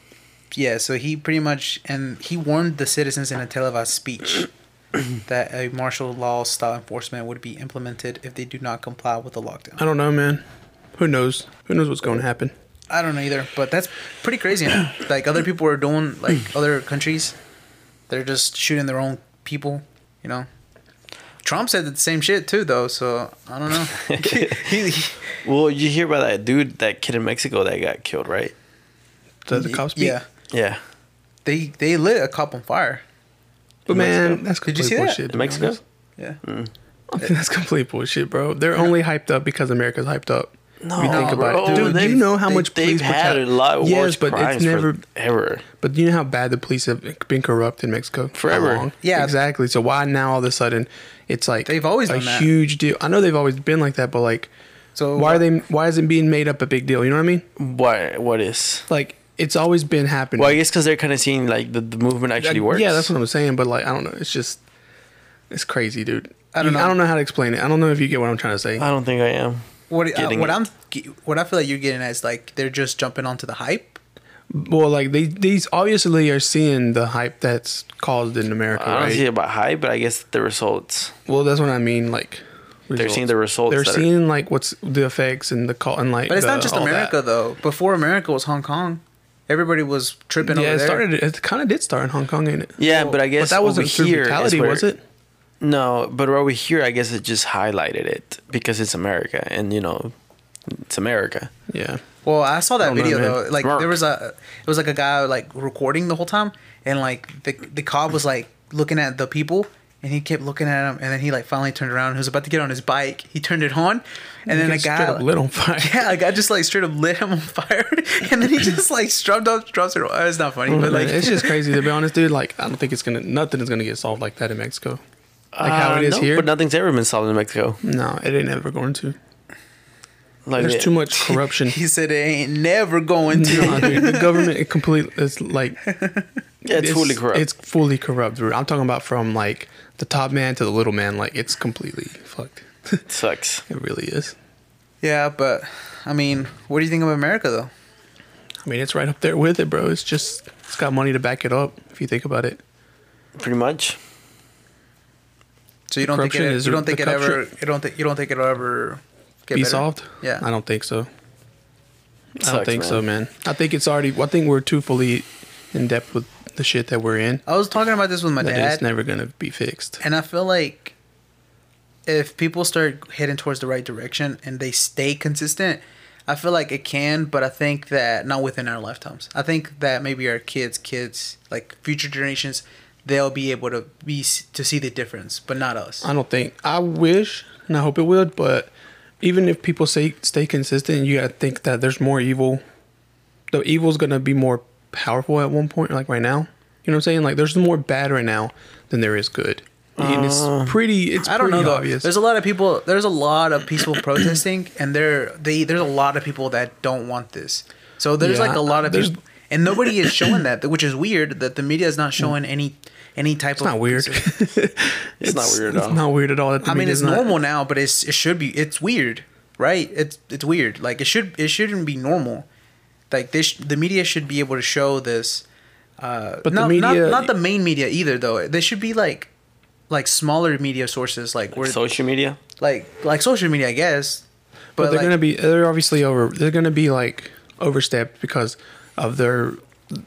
S2: Yeah, so he pretty much and he warned the citizens in a televised speech that a martial law style enforcement would be implemented if they do not comply with the lockdown.
S5: I don't know, man. Who knows? Who knows what's going to happen?
S2: I don't know either, but that's pretty crazy. man. like other people are doing, like other countries, they're just shooting their own people. You know, Trump said the same shit too, though. So I don't know. He- he-
S4: Well, you hear about that dude, that kid in Mexico that got killed, right?
S5: Does the cops? Speak?
S2: yeah,
S4: Yeah,
S2: they they lit a cop on fire.
S5: But man,
S4: Mexico?
S5: that's
S2: Did you
S5: complete
S2: see that?
S5: bullshit. to
S4: in
S5: be
S4: Mexico.
S5: honest.
S2: Yeah,
S5: I think that's complete bullshit, bro. They're only hyped up because America's hyped up.
S4: No,
S5: If you think about it.
S4: bro,
S5: Dude, do you know how much
S4: they've
S5: police
S4: had
S5: brutality-
S4: a lot of
S5: Yes,
S4: worse
S5: but it's
S4: crimes
S5: never-
S4: forever.
S5: But do you know how bad the police have been corrupt in Mexico For
S4: Forever.
S5: how long?
S2: Yeah.
S5: exactly. So why now all of a sudden it's like
S2: They've always
S5: a
S2: done that.
S5: huge deal? I know they've always been like that, but like,
S2: So
S5: why are they? Why is it being made up a big deal? You know what I mean?
S4: Why? What is?
S5: Like it's always been happening.
S4: Well, I guess because they're kind of seeing like the, the movement actually works.
S5: Yeah, that's what I'm saying. But like, I don't know. It's just it's crazy, dude.
S2: I don't
S5: You-
S2: know.
S5: I don't know how to explain it. I don't know if you get what I'm trying to say.
S4: I don't think I am.
S2: what uh,
S4: getting
S2: what
S4: it.
S2: I'm what I feel like you're getting at is like they're just jumping onto the hype.
S5: well, like they these obviously are seeing the hype that's caused in America,
S4: I don't
S5: right?
S4: see about high, but I guess the results.
S5: Well, that's what I mean. Like
S4: They're seeing the results.
S5: They're
S4: that are-
S5: seeing like what's the effects and the call and like.
S2: But it's
S5: the-
S2: not just
S5: all that.
S2: America though. Before America was Hong Kong, everybody was tripping
S5: yeah,
S2: over
S5: it
S2: there.
S5: started. It kind of did start in Hong Kong, ain't it?
S4: yeah, but I guess
S5: but that wasn't through
S4: over here. is
S5: brutality,
S4: where-
S5: was it?
S4: No, but over here, I guess it just highlighted it because it's America, and you know, it's America.
S5: Yeah.
S2: Well, I saw that
S5: don't know,
S2: video
S5: man.
S2: though. Like
S4: Merc.
S2: there was a, it was like a guy like recording the whole time, and like the the cop was like looking at the people, and he kept looking at him, and then he like finally turned around. He was about to get on his bike. He turned it on, and then a
S5: Straight
S2: guy
S5: up lit on fire.
S2: Yeah, a guy just like straight up lit him on fire, and then he just like strummed up, drops it. It's not funny, but
S5: Oh,
S2: like
S5: Man, it's just crazy to be honest, dude. Like, I don't think it's gonna nothing is gonna get solved like that in Mexico. Like how
S4: Uh,
S5: it is
S4: no,
S5: here.
S4: but nothing's ever been solved in Mexico.
S5: no, it ain't ever going to.
S4: Like
S5: There's
S4: it-
S5: too much corruption.
S2: He said it ain't never going to.
S5: Nah, dude, the government it complete. It's like
S4: Yeah, it's, fully corrupt.
S5: It's fully corrupt. bro. I'm talking about from like the top man to the little man. Like it's completely fucked.
S4: it sucks.
S5: It really is.
S2: Yeah, but I mean, what do you think of America though?
S5: I mean, it's right up there with it, bro. It's just it's got money to back it up. If you think about it,
S4: Pretty much.
S2: So you don't think it,
S5: Corruption is-
S2: you don't think
S5: the
S2: it ever
S5: corruption-
S2: you don't think you don't think it'll ever get
S5: be
S2: better?
S5: solved.
S2: Yeah.
S5: I don't think so. I don't
S4: Sucks,
S5: think
S4: man.
S5: so, man. I think it's already. I think we're too fully in depth with the shit that we're in.
S2: I was talking about this with my
S5: That
S2: dad,
S5: it's never gonna be fixed.
S2: and I feel like if people start heading towards the right direction and they stay consistent, I feel like it can, but I think that not within our lifetimes. I think that maybe our kids, kids, like future generations, they'll be able to be to see the difference, but not us.
S5: I don't think. I wish, and I hope it would. But even if people say stay consistent, you gotta think that there's more evil. The evil's gonna be more powerful at one point, like right now. You know what I'm saying? Like there's more bad right now than there is good, and it's pretty. It's
S2: Uh, I don't know
S5: pretty
S2: though.
S5: obvious.
S2: There's a lot of people. There's a lot of peaceful protesting, and there they there's a lot of people that don't want this. So there's
S5: Yeah,
S2: like a lot of
S5: there's-
S2: people, and nobody is showing that, which is weird. That the media is not showing any any type of.
S5: it's not weird. it's,
S4: It's, not weird at
S5: It's
S4: all.
S5: not weird at all. that the
S2: I mean,
S5: media's
S2: it's
S5: not-
S2: normal now, but it's it should be. It's weird, right? It's it's weird. Like it should it shouldn't be normal. Like this, the media should be able to show this. Uh,
S5: But the
S2: not,
S5: media-
S2: not, not the main media either, though. They should be like, like smaller media sources, like where
S4: Social media.
S2: like like social media, I guess.
S5: but,
S2: But,
S5: they're
S2: like,
S5: gonna be they're obviously over they're gonna be like overstepped because of their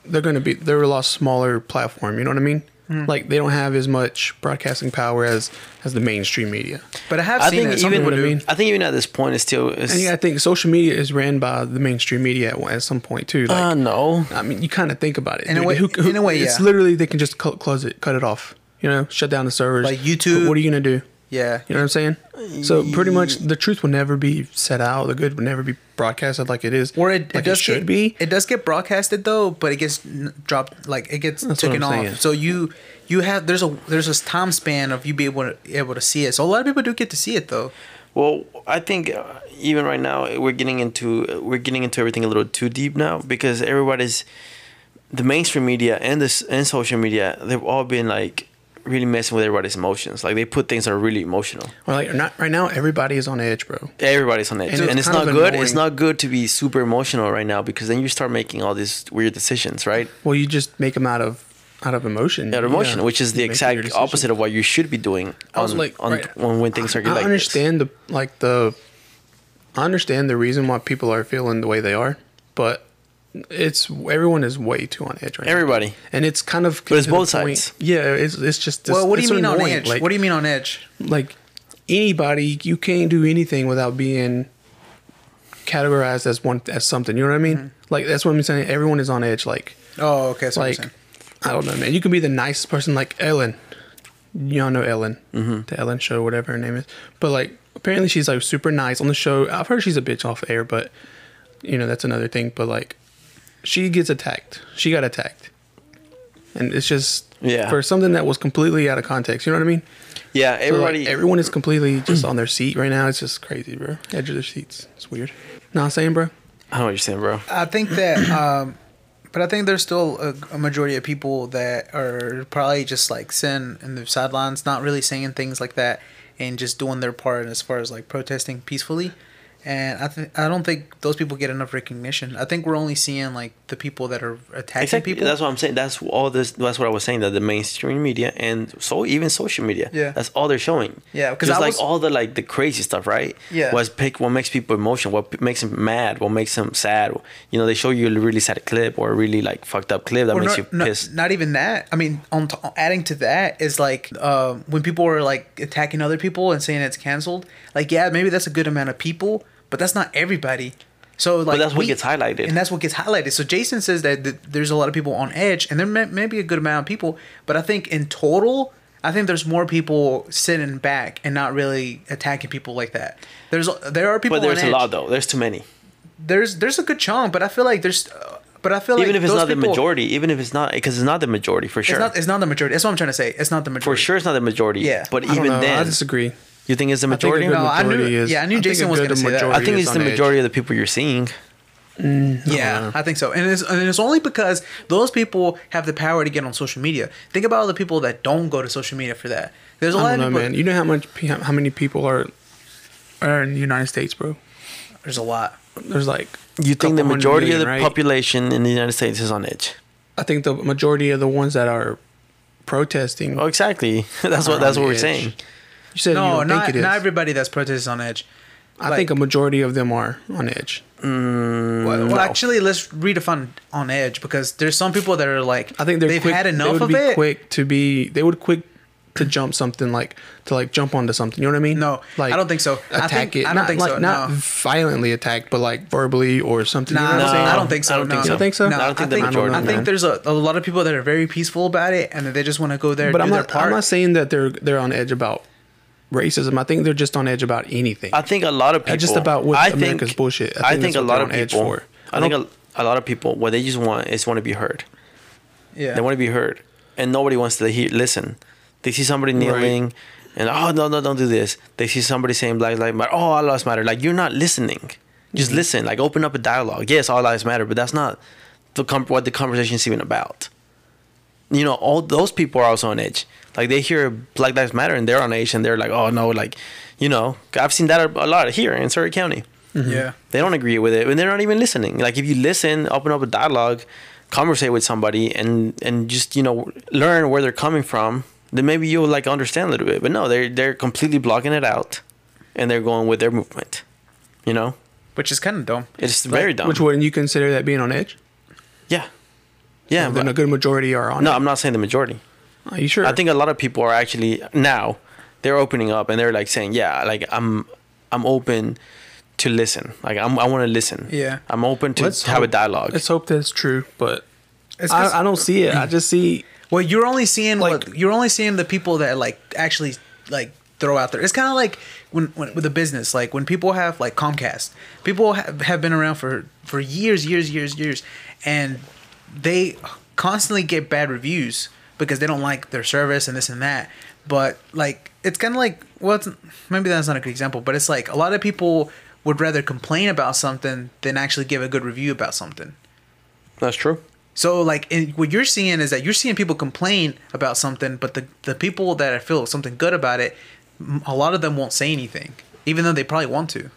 S5: they're gonna be they're a lot smaller platform you know what i mean
S2: Hmm.
S5: like they don't have as much broadcasting power as as the mainstream media
S2: but I have
S4: I
S2: seen
S4: think
S2: it. Some
S4: even
S2: people
S5: what I
S2: do.
S5: mean.
S4: I think even at this point, it's still. It's,
S5: and yeah i think social media is ran by the mainstream media at, one- at some point too like
S4: uh, no.
S5: i mean you kind of think about it
S2: Um, In a
S5: dude.
S2: way- in a way,
S5: it's
S2: yeah.
S5: literally they can just cl- close it cut it off you know shut down the servers
S2: Like YouTube.
S5: what are you gonna do
S2: Yeah,
S5: You know what I'm saying? So pretty much, the truth will never be set out. The good will never be broadcasted like it is.
S2: or it,
S5: like
S2: it does
S5: should
S2: get,
S5: be.
S2: It does get broadcasted though, but it gets n- dropped. Like it gets
S5: That's what
S2: taken
S5: I'm
S2: off.
S5: saying.
S2: So you you have there's a there's this time span of you be able to able to see it. So a lot of people do get to see it though.
S4: Well, I think uh, even right now we're getting into eh, we're getting into everything a little too deep now because everybody's the mainstream media and this and social media they've all been like really messing with everybody's emotions. Like they put things that are really emotional.
S5: Or like not right now, everybody is on edge, bro.
S4: Everybody's on edge,
S5: And
S4: and,
S5: it's
S4: it's
S5: kind
S4: not
S5: of
S4: good.
S5: annoying.
S4: It's not good to be super emotional right now because then you start making all these weird decisions, right?
S5: Well, you just make them out of out of emotion.
S4: Out of emotion,
S5: Yeah.
S4: which is the
S5: You make your
S4: exact
S5: decision.
S4: opposite of what you should be doing
S5: I was
S4: on
S5: like,
S4: on
S5: right,
S4: when, when things
S5: I,
S4: are like
S5: I
S4: this.
S5: understand the like the I understand the reason why people are feeling the way they are, but it's everyone is way too on edge right now.
S4: Everybody.
S5: and it's kind of
S4: But it's
S5: to the
S4: both
S5: point-
S4: sides.
S5: Yeah, it's it's just
S2: well, what do
S5: it's
S2: you mean on
S5: annoying,
S2: edge?
S5: Like,
S2: what do you mean on edge?
S5: like anybody you can't do anything without being categorized as one as something you know what i mean like that's what i'm saying everyone is on edge like
S2: Oh, okay. That's
S5: like i don't know man you can be the nicest person like ellen y'all know ellen the ellen show whatever her name is but like apparently she's like super nice on the show i've heard she's a bitch off air but you know that's another thing but like she gets attacked she got attacked and it's just
S4: Yeah.
S5: for something that was completely out of context you know what i mean
S4: Yeah,
S5: so, like,
S4: everybody.
S5: everyone is completely just on their seat right now. It's just crazy, bro. Edge of their seats. It's weird. Not saying, bro.
S4: I don't understand, bro.
S2: I think that, um, but I think there's still a, a majority of people that are probably just like sitting in the sidelines, not really saying things like that, and just doing their part as far as like protesting peacefully. And I think I don't think those people get enough recognition. I think we're only seeing like the people that are attacking
S4: Exactly.
S2: people.
S4: That's what I'm saying. That's all this. That's what I was saying. That the mainstream media and so even social media.
S2: Yeah.
S4: That's all they're showing.
S2: Yeah, because
S4: Just
S2: I
S4: like
S2: was-
S4: all the like the crazy stuff, right?
S2: Yeah.
S4: What's pick? What makes people emotional? What p- makes them mad? What makes them sad? You know, they show you a really sad clip or a really like fucked up clip that
S2: Or
S4: makes
S2: not,
S4: you
S2: not-
S4: pissed.
S2: Not, even that. I mean, on t- adding to that is like um, when people are like attacking other people and saying it's canceled. Like, yeah, maybe that's a good amount of people, but that's not everybody. So like,
S4: that's what gets highlighted.
S2: and that's what gets highlighted. So Jason says that th- there's a lot of people on edge, and there may, may be a good amount of people, but I think in total. I think there's more people sitting back and not really attacking people like that. There's there are people.
S4: but there's
S2: on
S4: a
S2: edge.
S4: lot though. There's too many.
S2: There's there's a good chunk, but I feel like there's. Uh, but I feel
S4: Even
S2: like
S4: if it's
S2: those
S4: not the
S2: people-
S4: majority. Even if it's not because it's not the majority for sure.
S2: It's not. It's not the majority. That's what I'm trying to say. It's not the
S4: for
S2: majority.
S4: sure, it's not the majority.
S2: Yeah.
S4: But
S5: I don't
S4: even
S5: know. Uh, I
S4: then,
S5: disagree.
S4: you think it's the
S5: I think a
S4: majority?
S5: good
S2: No, I knew-
S5: majority
S2: yeah, I knew
S5: think a
S2: Jason was
S5: good
S2: gonna say that.
S5: majority
S4: I think
S5: is
S4: it's the
S5: on edge.
S4: majority of the people you're seeing.
S2: Yeah, I think so. And it's and it's only because those people have the power to get on social media. Think about all the people that don't go to social media for that. There's a
S5: I
S2: lot
S5: don't know,
S2: of people.
S5: man. You know how much pe- how many people are are in the United States, bro?
S2: There's a lot.
S5: There's like
S4: You think
S5: couple
S4: the
S5: hundred
S4: majority
S5: million,
S4: of the
S5: right?
S4: population in the United States is on edge?
S5: I think the majority of the ones that are protesting.
S4: Oh, exactly. That's what
S5: Are
S4: that's
S5: on
S4: what we're
S5: edge.
S4: saying.
S5: you said you
S2: No,
S5: don't
S2: not
S5: think it is.
S2: not everybody that's protesting on edge.
S5: I
S2: like-
S5: think a majority of them are on edge. Mm.
S2: Well, well,
S4: no.
S2: actually, let's redefine on edge because there's some people that are like
S5: I think they're
S2: they've
S5: quick,
S2: had
S5: they
S2: enough
S5: would
S2: of
S5: be
S2: it.
S5: Quick to be, they would quick to jump something like to like jump onto something. You know what I mean?
S2: No, I don't think so. I
S5: Attack
S2: think-
S5: it.
S2: I don't
S5: not,
S2: think
S5: like,
S2: so,
S5: Not
S2: no.
S5: violently attack, but like verbally or something. you
S2: Nah,
S5: know what I'm saying?
S2: I don't think so.
S4: I don't
S2: no.
S4: think so. You don't
S5: think so?
S2: No,
S4: I don't think the
S2: I
S5: majority-
S2: I think
S5: man.
S2: there's a, a lot of people that are very peaceful about it, and that they just want to go there.
S5: But
S2: and
S5: I'm
S2: do
S5: not.
S2: Their part.
S5: I'm not saying that they're they're on edge about racism. I think they're just on edge about anything.
S4: I think a lot of people.
S5: Uh, just about what
S4: I
S5: America's
S4: think,
S5: bullshit.
S4: I think,
S5: that's
S4: a
S5: what
S4: lot
S5: they're
S4: of
S5: on edge
S4: people.
S5: for.
S4: I think a, a lot of people what they just want is want to be heard.
S2: Yeah.
S4: They want to be heard, and nobody wants to hear listen. They see somebody kneeling, and oh no no don't do this. They see somebody saying Black Lives Matter. Oh, all lives matter. Like you're not listening. Just listen. Like open up a dialogue. Yes, all lives matter, but that's not the com- what the conversation is even about. you know, all those people are also on edge. Like they hear Black Lives Matter and they're on edge and they're like, oh no, like, you know, I've seen that a lot here in Surrey County.
S5: Mm-hmm.
S2: Yeah.
S4: They don't agree with it and they're not even listening. Like if you listen, open up a dialogue, conversate with somebody and and just you know learn where they're coming from, then maybe you'll like understand a little bit. But no, they're they're completely blocking it out, and they're going with their movement. You know,
S2: which is kind of dumb.
S4: it's very dumb.
S5: Which wouldn't you consider that being on edge?
S4: Yeah, yeah.
S5: then a
S4: But,
S5: good majority are on.
S4: no,
S5: it.
S4: I'm not saying the majority.
S5: Are you sure?
S4: I think a lot of people are actually now they're opening up and they're like saying, yeah, like I'm I'm open to listen. Like I'm, I want to listen.
S2: Yeah.
S4: I'm open to
S5: Let's
S4: have a
S5: hope-
S4: dialogue.
S5: Let's hope that's true, but
S2: It's 'cause-
S5: I, I don't see it. I just see
S2: Well, you're only seeing like
S5: Like-
S2: you're only seeing the people that like actually like throw out there. It's kind of like when, when with a business, like when people have like Comcast, people have, have been around for for years, years, years, years, and they constantly get bad reviews because they don't like their service and this and that. But like it's kind of like well, it's, maybe that's not a good example, but it's like a lot of people would rather complain about something than actually give a good review about something.
S4: That's true.
S2: So like and what you're seeing is that you're seeing people complain about something, but the the people that feel something good about it, m- a lot of them won't say anything, even though they probably want to.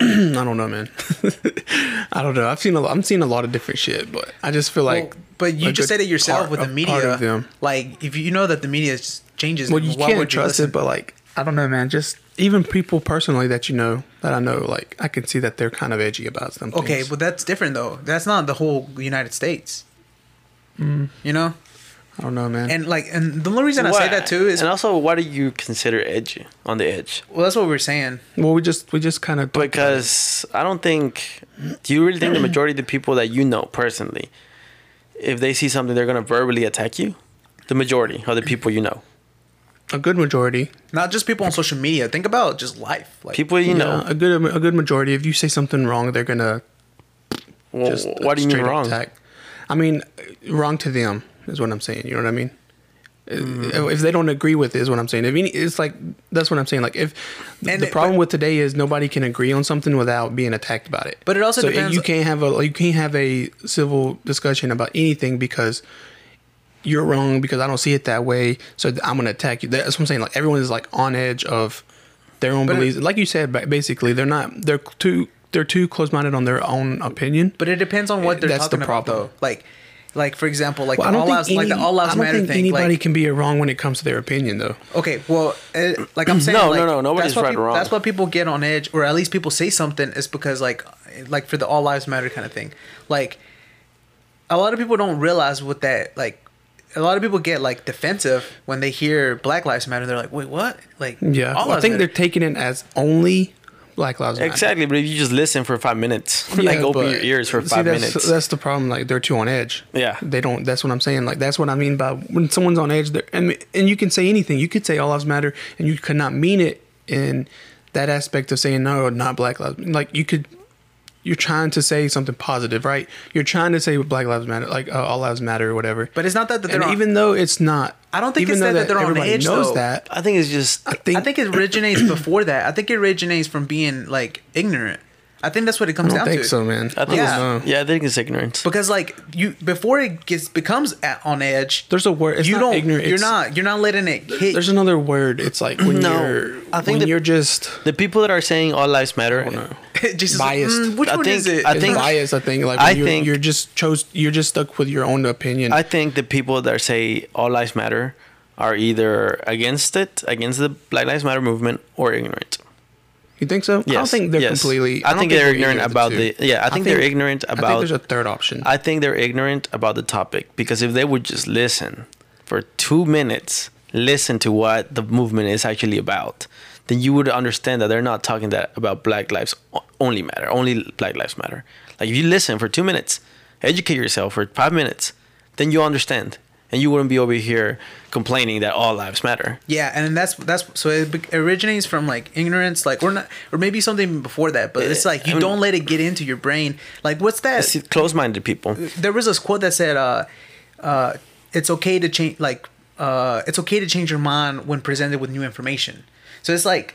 S5: I don't know, man. I don't know. I've seen a lot, I'm seeing a lot of different shit, but I just feel like.
S2: Well, but you
S5: a
S2: just
S5: good
S2: said it yourself
S5: part-
S2: with the
S5: a part of
S2: media.
S5: them-
S2: Like if you know that the media just changes,
S5: Well, you
S2: why
S5: can't
S2: would you
S5: trust
S2: listen?
S5: it, but like
S2: I don't know, man. Just
S5: Even people personally that you know, that I know, like I can see that they're kind of edgy about some things.
S2: okay, but that's different though. That's not the whole United States.
S5: Mm.
S2: You know,
S5: I don't know, man.
S2: and like, and the only reason I say that too is
S4: and also why do you consider edgy on the edge?
S2: well, that's what we were saying.
S5: well, we just we just kind of
S2: uh,
S4: Because I don't think. Do you really think the majority of the people that you know personally, if they see something, they're gonna verbally attack you? The majority of the people you know,
S5: a good majority,
S2: Not just people on social media. Think about just life. Like,
S4: people you
S5: you know,
S4: know.
S5: a good a good majority. If you say something wrong, they're gonna
S4: Well,
S5: just
S4: what do you mean
S5: straight up
S4: wrong?
S5: attack. I mean, wrong to them is what I'm saying. You know what I mean?
S2: Hmm.
S5: If they don't agree with it, is what I'm saying. If any, it's like that's what I'm saying. Like if the
S2: And it-
S5: problem
S2: but-
S5: with today is nobody can agree on something without being attacked about it.
S2: But it also
S5: so
S2: depends-
S5: You can't have a you can't have a civil discussion about anything because you're wrong because I don't see it that way. So I'm gonna attack you. That's what I'm saying. Like everyone is like on edge of their own
S2: But it-
S5: beliefs. like you said, ba- basically they're not. They're too. They're too close-minded on their own opinion.
S2: but it depends on what they're
S5: That's the
S2: talking
S5: problem.
S2: about though. Like, like for example, like
S5: Well, I
S2: the
S5: don't
S2: all
S5: think
S2: lives,
S5: any-
S2: like the all lives
S5: I don't
S2: matter
S5: think
S2: thing.
S5: anybody
S2: like,
S5: can be wrong when it comes to their opinion, though.
S2: Okay, well, uh, like I'm saying,
S4: No,
S2: like,
S4: no, no, nobody's
S2: that's what
S4: right or
S2: people,
S4: wrong.
S2: That's why people get on edge, or at least people say something, is because like, like for the all lives matter kind of thing. Like, a lot of people don't realize what that like. A lot of people get like defensive when they hear Black Lives Matter. They're like, wait, what? Like,
S5: Yeah,
S2: all
S5: I
S2: lives
S5: think
S2: matter.
S5: they're taking it as only Black Lives Matter.
S4: Exactly, but if you just listen for five minutes,
S5: Yeah,
S4: like open
S5: but-
S4: your ears for
S5: see,
S4: five
S5: that's,
S4: minutes.
S5: That's the problem. Like they're too on edge.
S4: Yeah.
S5: they don't. That's what I'm saying. Like that's what I mean by when someone's on edge. They're, and and you can say anything. You could say all lives matter, and you could not mean it in that aspect of saying no, not Black Lives. Like you could. You're trying to say something positive, right? You're trying to say Black Lives Matter, like uh, all lives matter or whatever.
S2: But it's not that that they're
S5: and
S2: on-
S5: even though it's not,
S2: I don't think
S5: even
S2: it's
S5: though
S2: that- that they're on
S5: everybody
S2: edge,
S5: knows
S2: though.
S5: that.
S4: I think it's just.
S5: I think,
S2: I think it originates before that. I think it originates from being like ignorant. I think that's what it comes
S5: I
S2: down
S5: don't think
S2: to.
S5: so, man.
S4: I think
S5: I
S4: it's,
S5: don't know.
S4: yeah, I think it's ignorance.
S2: Because like you, before it gets becomes at, on edge,
S5: There's a word. It's
S2: you
S5: not
S2: don't.
S5: Ignorant.
S2: You're
S5: it's-
S2: not. You're not letting it hit.
S5: There's another word. It's like when
S4: No,
S5: you're.
S4: I think
S5: when
S4: that-
S5: you're just
S4: the people that are saying all lives matter,
S5: Oh,
S2: Jason's
S5: biased.
S2: Like, "Mm, which
S4: I
S2: one
S4: think-
S2: is it?
S4: I
S5: it's
S4: think-
S5: biased. I think like
S4: I
S5: when you're,
S4: think-
S5: you're just chose. You're just stuck with your own opinion.
S4: I think the people that say all lives matter are either against it, against the Black Lives Matter movement, or ignorant.
S5: you think so? I don't
S4: Yes,
S5: think they're
S4: yes.
S5: completely.
S4: I
S5: don't
S4: think they're
S5: we're either
S4: ignorant
S5: of
S4: about
S5: two.
S4: the- yeah, I think they're ignorant
S5: I think
S4: about-
S5: there's a third option.
S4: I think they're ignorant about the topic because if they would just listen for two minutes, listen to what the movement is actually about, then you would understand that they're not talking that about Black Lives o- only matter, only Black Lives matter. Like if you listen for two minutes, educate yourself for five minutes, then you'll understand, and you wouldn't be over here complaining that all lives matter.
S2: yeah, and that's that's so it be- originates from like ignorance, like or not, or maybe something before that. But it's like you
S4: I mean-
S2: don't let it get into your brain. Like what's that?
S4: It's close-minded people.
S2: there was this quote that said, uh, uh, "It's okay to change, like, uh, it's okay to change your mind when presented with new information." So it's like,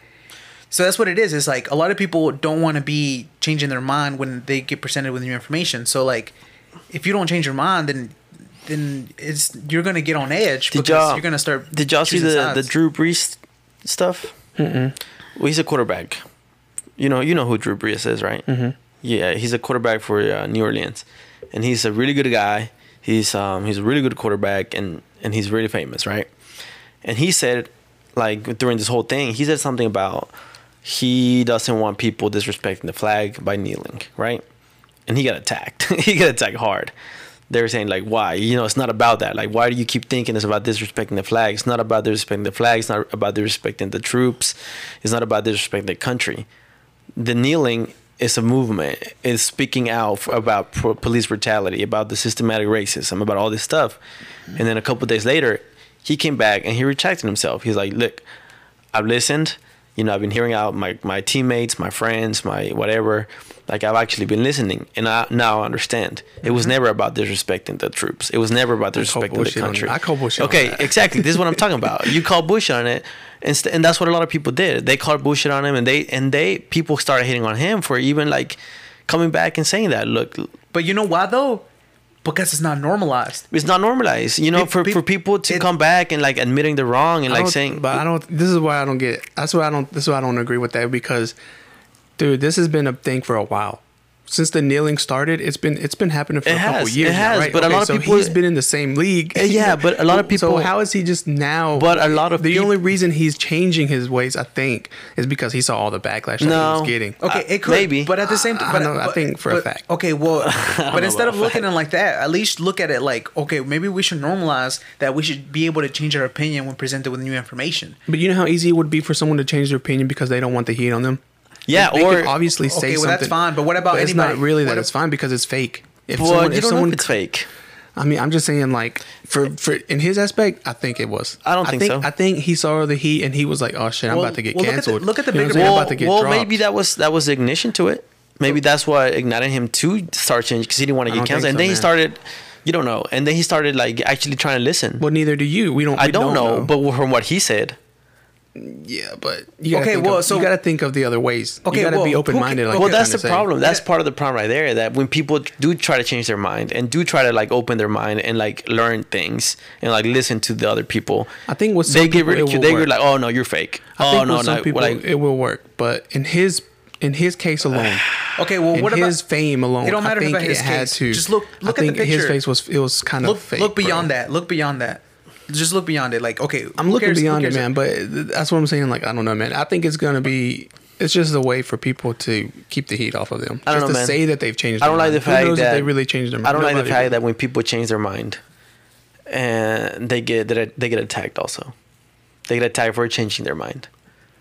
S2: so that's what it is. It's like a lot of people don't want to be changing their mind when they get presented with new information. So like, if you don't change your mind, then then it's you're gonna get on edge
S4: Did
S2: because
S4: y'all,
S2: you're gonna start.
S4: Did y'all see
S2: choosing
S4: the, the
S2: sides.
S4: Drew Brees stuff? Mm-mm. Well, he's a quarterback. You know, you know who Drew Brees is, right? Mm-hmm. Yeah, he's a quarterback for uh, New Orleans, and he's a really good guy. He's um he's a really good quarterback, and and he's really famous, right? And he said, like during this whole thing, he said something about he doesn't want people disrespecting the flag by kneeling, right? and he got attacked. he got attacked hard. They were saying like, why? You know, it's not about that. Like, why do you keep thinking it's about disrespecting the flag? It's not about disrespecting the flag. It's not about disrespecting the troops. It's not about disrespecting the country. The kneeling is a movement. It's speaking out for, about pro- police brutality, about the systematic racism, about all this stuff. And then a couple days later, he came back and he retracted himself. He's like, look, I've listened. You know, I've been hearing out my, my teammates, my friends, my whatever. Like I've actually been listening, and I now I understand. It was never about disrespecting the troops. It was never about disrespecting
S5: Mm-hmm. bullshit
S4: the
S5: on
S4: country.
S5: it. I call bullshit on
S4: Okay,
S5: that.
S4: exactly. This is what I'm talking about. You call bullshit on it, and, st- and that's what a lot of people did. They called bullshit on him, and they and they people started hitting on him for even like coming back and saying that. Look,
S2: But you know why though? Because it's not normalized.
S4: it's not normalized. You know,
S2: Pe-
S4: for
S2: pe-
S4: for people to
S2: it-
S4: come back and like admitting the wrong and
S5: I
S4: like
S5: don't-
S4: saying,
S5: but I don't. This is why I don't get. That's why I don't. This is why I don't agree with that because, dude, this has been a thing for a while. since the kneeling started, it's been it's been happening for
S4: It
S5: a couple
S4: has,
S5: years.
S4: it
S5: now,
S4: has,
S5: right?
S4: but a lot of
S5: so
S4: people-
S5: He's been in the same league.
S4: Uh, yeah, but a lot of
S5: So
S4: people-
S5: how is he just now?
S4: But a lot of
S5: the
S4: peop-
S5: only reason he's changing his ways, I think, is because he saw all the backlash that he
S4: No.
S5: was getting.
S4: Uh,
S2: Okay, it could
S4: maybe.
S2: but at the same time,
S5: I
S2: but,
S5: know, I
S2: but-
S5: think for a
S2: but-
S5: fact.
S2: Okay, well, but
S4: know
S2: instead
S4: about
S2: of looking
S4: fact.
S2: at it like that, at least look at it like, okay, maybe we should normalize that we should be able to change our opinion when presented with new information.
S5: But you know how easy it would be for someone to change their opinion because they don't want the heat on them.
S4: Yeah,
S5: They
S4: or
S5: could obviously
S2: Okay,
S5: say
S2: well,
S5: something.
S2: that's fine, but what about
S5: it's
S2: anybody-
S5: not really
S2: what
S5: that
S2: if-
S5: it's fine because it's fake. If
S4: well,
S5: someone,
S4: you
S5: if
S4: don't
S5: someone,
S4: know if it's fake.
S5: I mean, I'm just saying, like for for in his aspect, I think it was.
S4: I don't think so.
S5: I think he saw the heat and he was like, "Oh shit, I'm
S2: Well-
S5: about to get
S2: well, look at the-
S5: canceled."
S2: look at the
S5: You know what I'm
S2: bigger-
S5: saying? I'm
S4: Well,
S5: about to get
S4: well,
S5: dropped.
S4: maybe that was that was the ignition to it. Maybe that's what ignited him to start changing because he didn't want to
S5: I
S4: get
S5: don't
S4: canceled.
S5: think
S4: and
S5: so,
S4: then he
S5: man.
S4: started, you don't know. And then he started like actually trying to listen.
S5: Well, neither do you. We don't.
S4: I
S5: we
S4: don't, know, but from what he said,
S5: yeah, but you gotta
S2: Okay,
S5: Think
S2: well,
S5: of,
S2: so-
S5: you got to think of the other ways.
S2: Okay,
S5: you got to
S2: well,
S5: be
S2: who
S5: open minded.
S2: can-
S5: Like
S2: well,
S5: you're
S4: that's the
S5: trying to say.
S4: problem. That's part of the problem right there. That when people do try to change their mind and do try to like open their mind and like learn things and like listen to the other people,
S5: I think with some
S4: they get
S5: people it
S4: ridiculed.
S5: will
S4: They get
S5: work.
S4: like, "Oh no, you're fake.
S5: I
S4: oh
S5: think
S4: no,
S5: with some
S4: no,
S5: people
S4: like."
S5: it will work, but in his in his case alone,
S2: Okay, well,
S5: in
S2: what
S5: his
S2: about
S5: fame alone,
S2: It don't matter
S5: I think
S2: about his
S5: it had
S2: case.
S5: to.
S2: Just look-
S5: I
S2: look at the
S5: think His
S2: picture.
S5: face was it was kind
S2: look
S5: of fake.
S2: look beyond
S5: bro.
S2: that, look beyond that, just look beyond it. Like, okay,
S5: I'm looking beyond it, man. But th- that's what I'm saying. Like I don't know, man. I think it's gonna be. It's just a way for people to keep the heat off of them.
S4: I don't
S5: just
S4: know,
S5: to
S4: man.
S5: say that they've changed.
S4: I
S5: Their
S4: don't like
S5: mind.
S4: the
S5: Who
S4: fact
S5: knows if
S4: that
S5: they really changed their mind.
S4: I don't like the
S5: Nobody
S4: fact
S5: really-
S4: that when people change their mind, and they get that they get attacked also. They get attacked for changing their mind,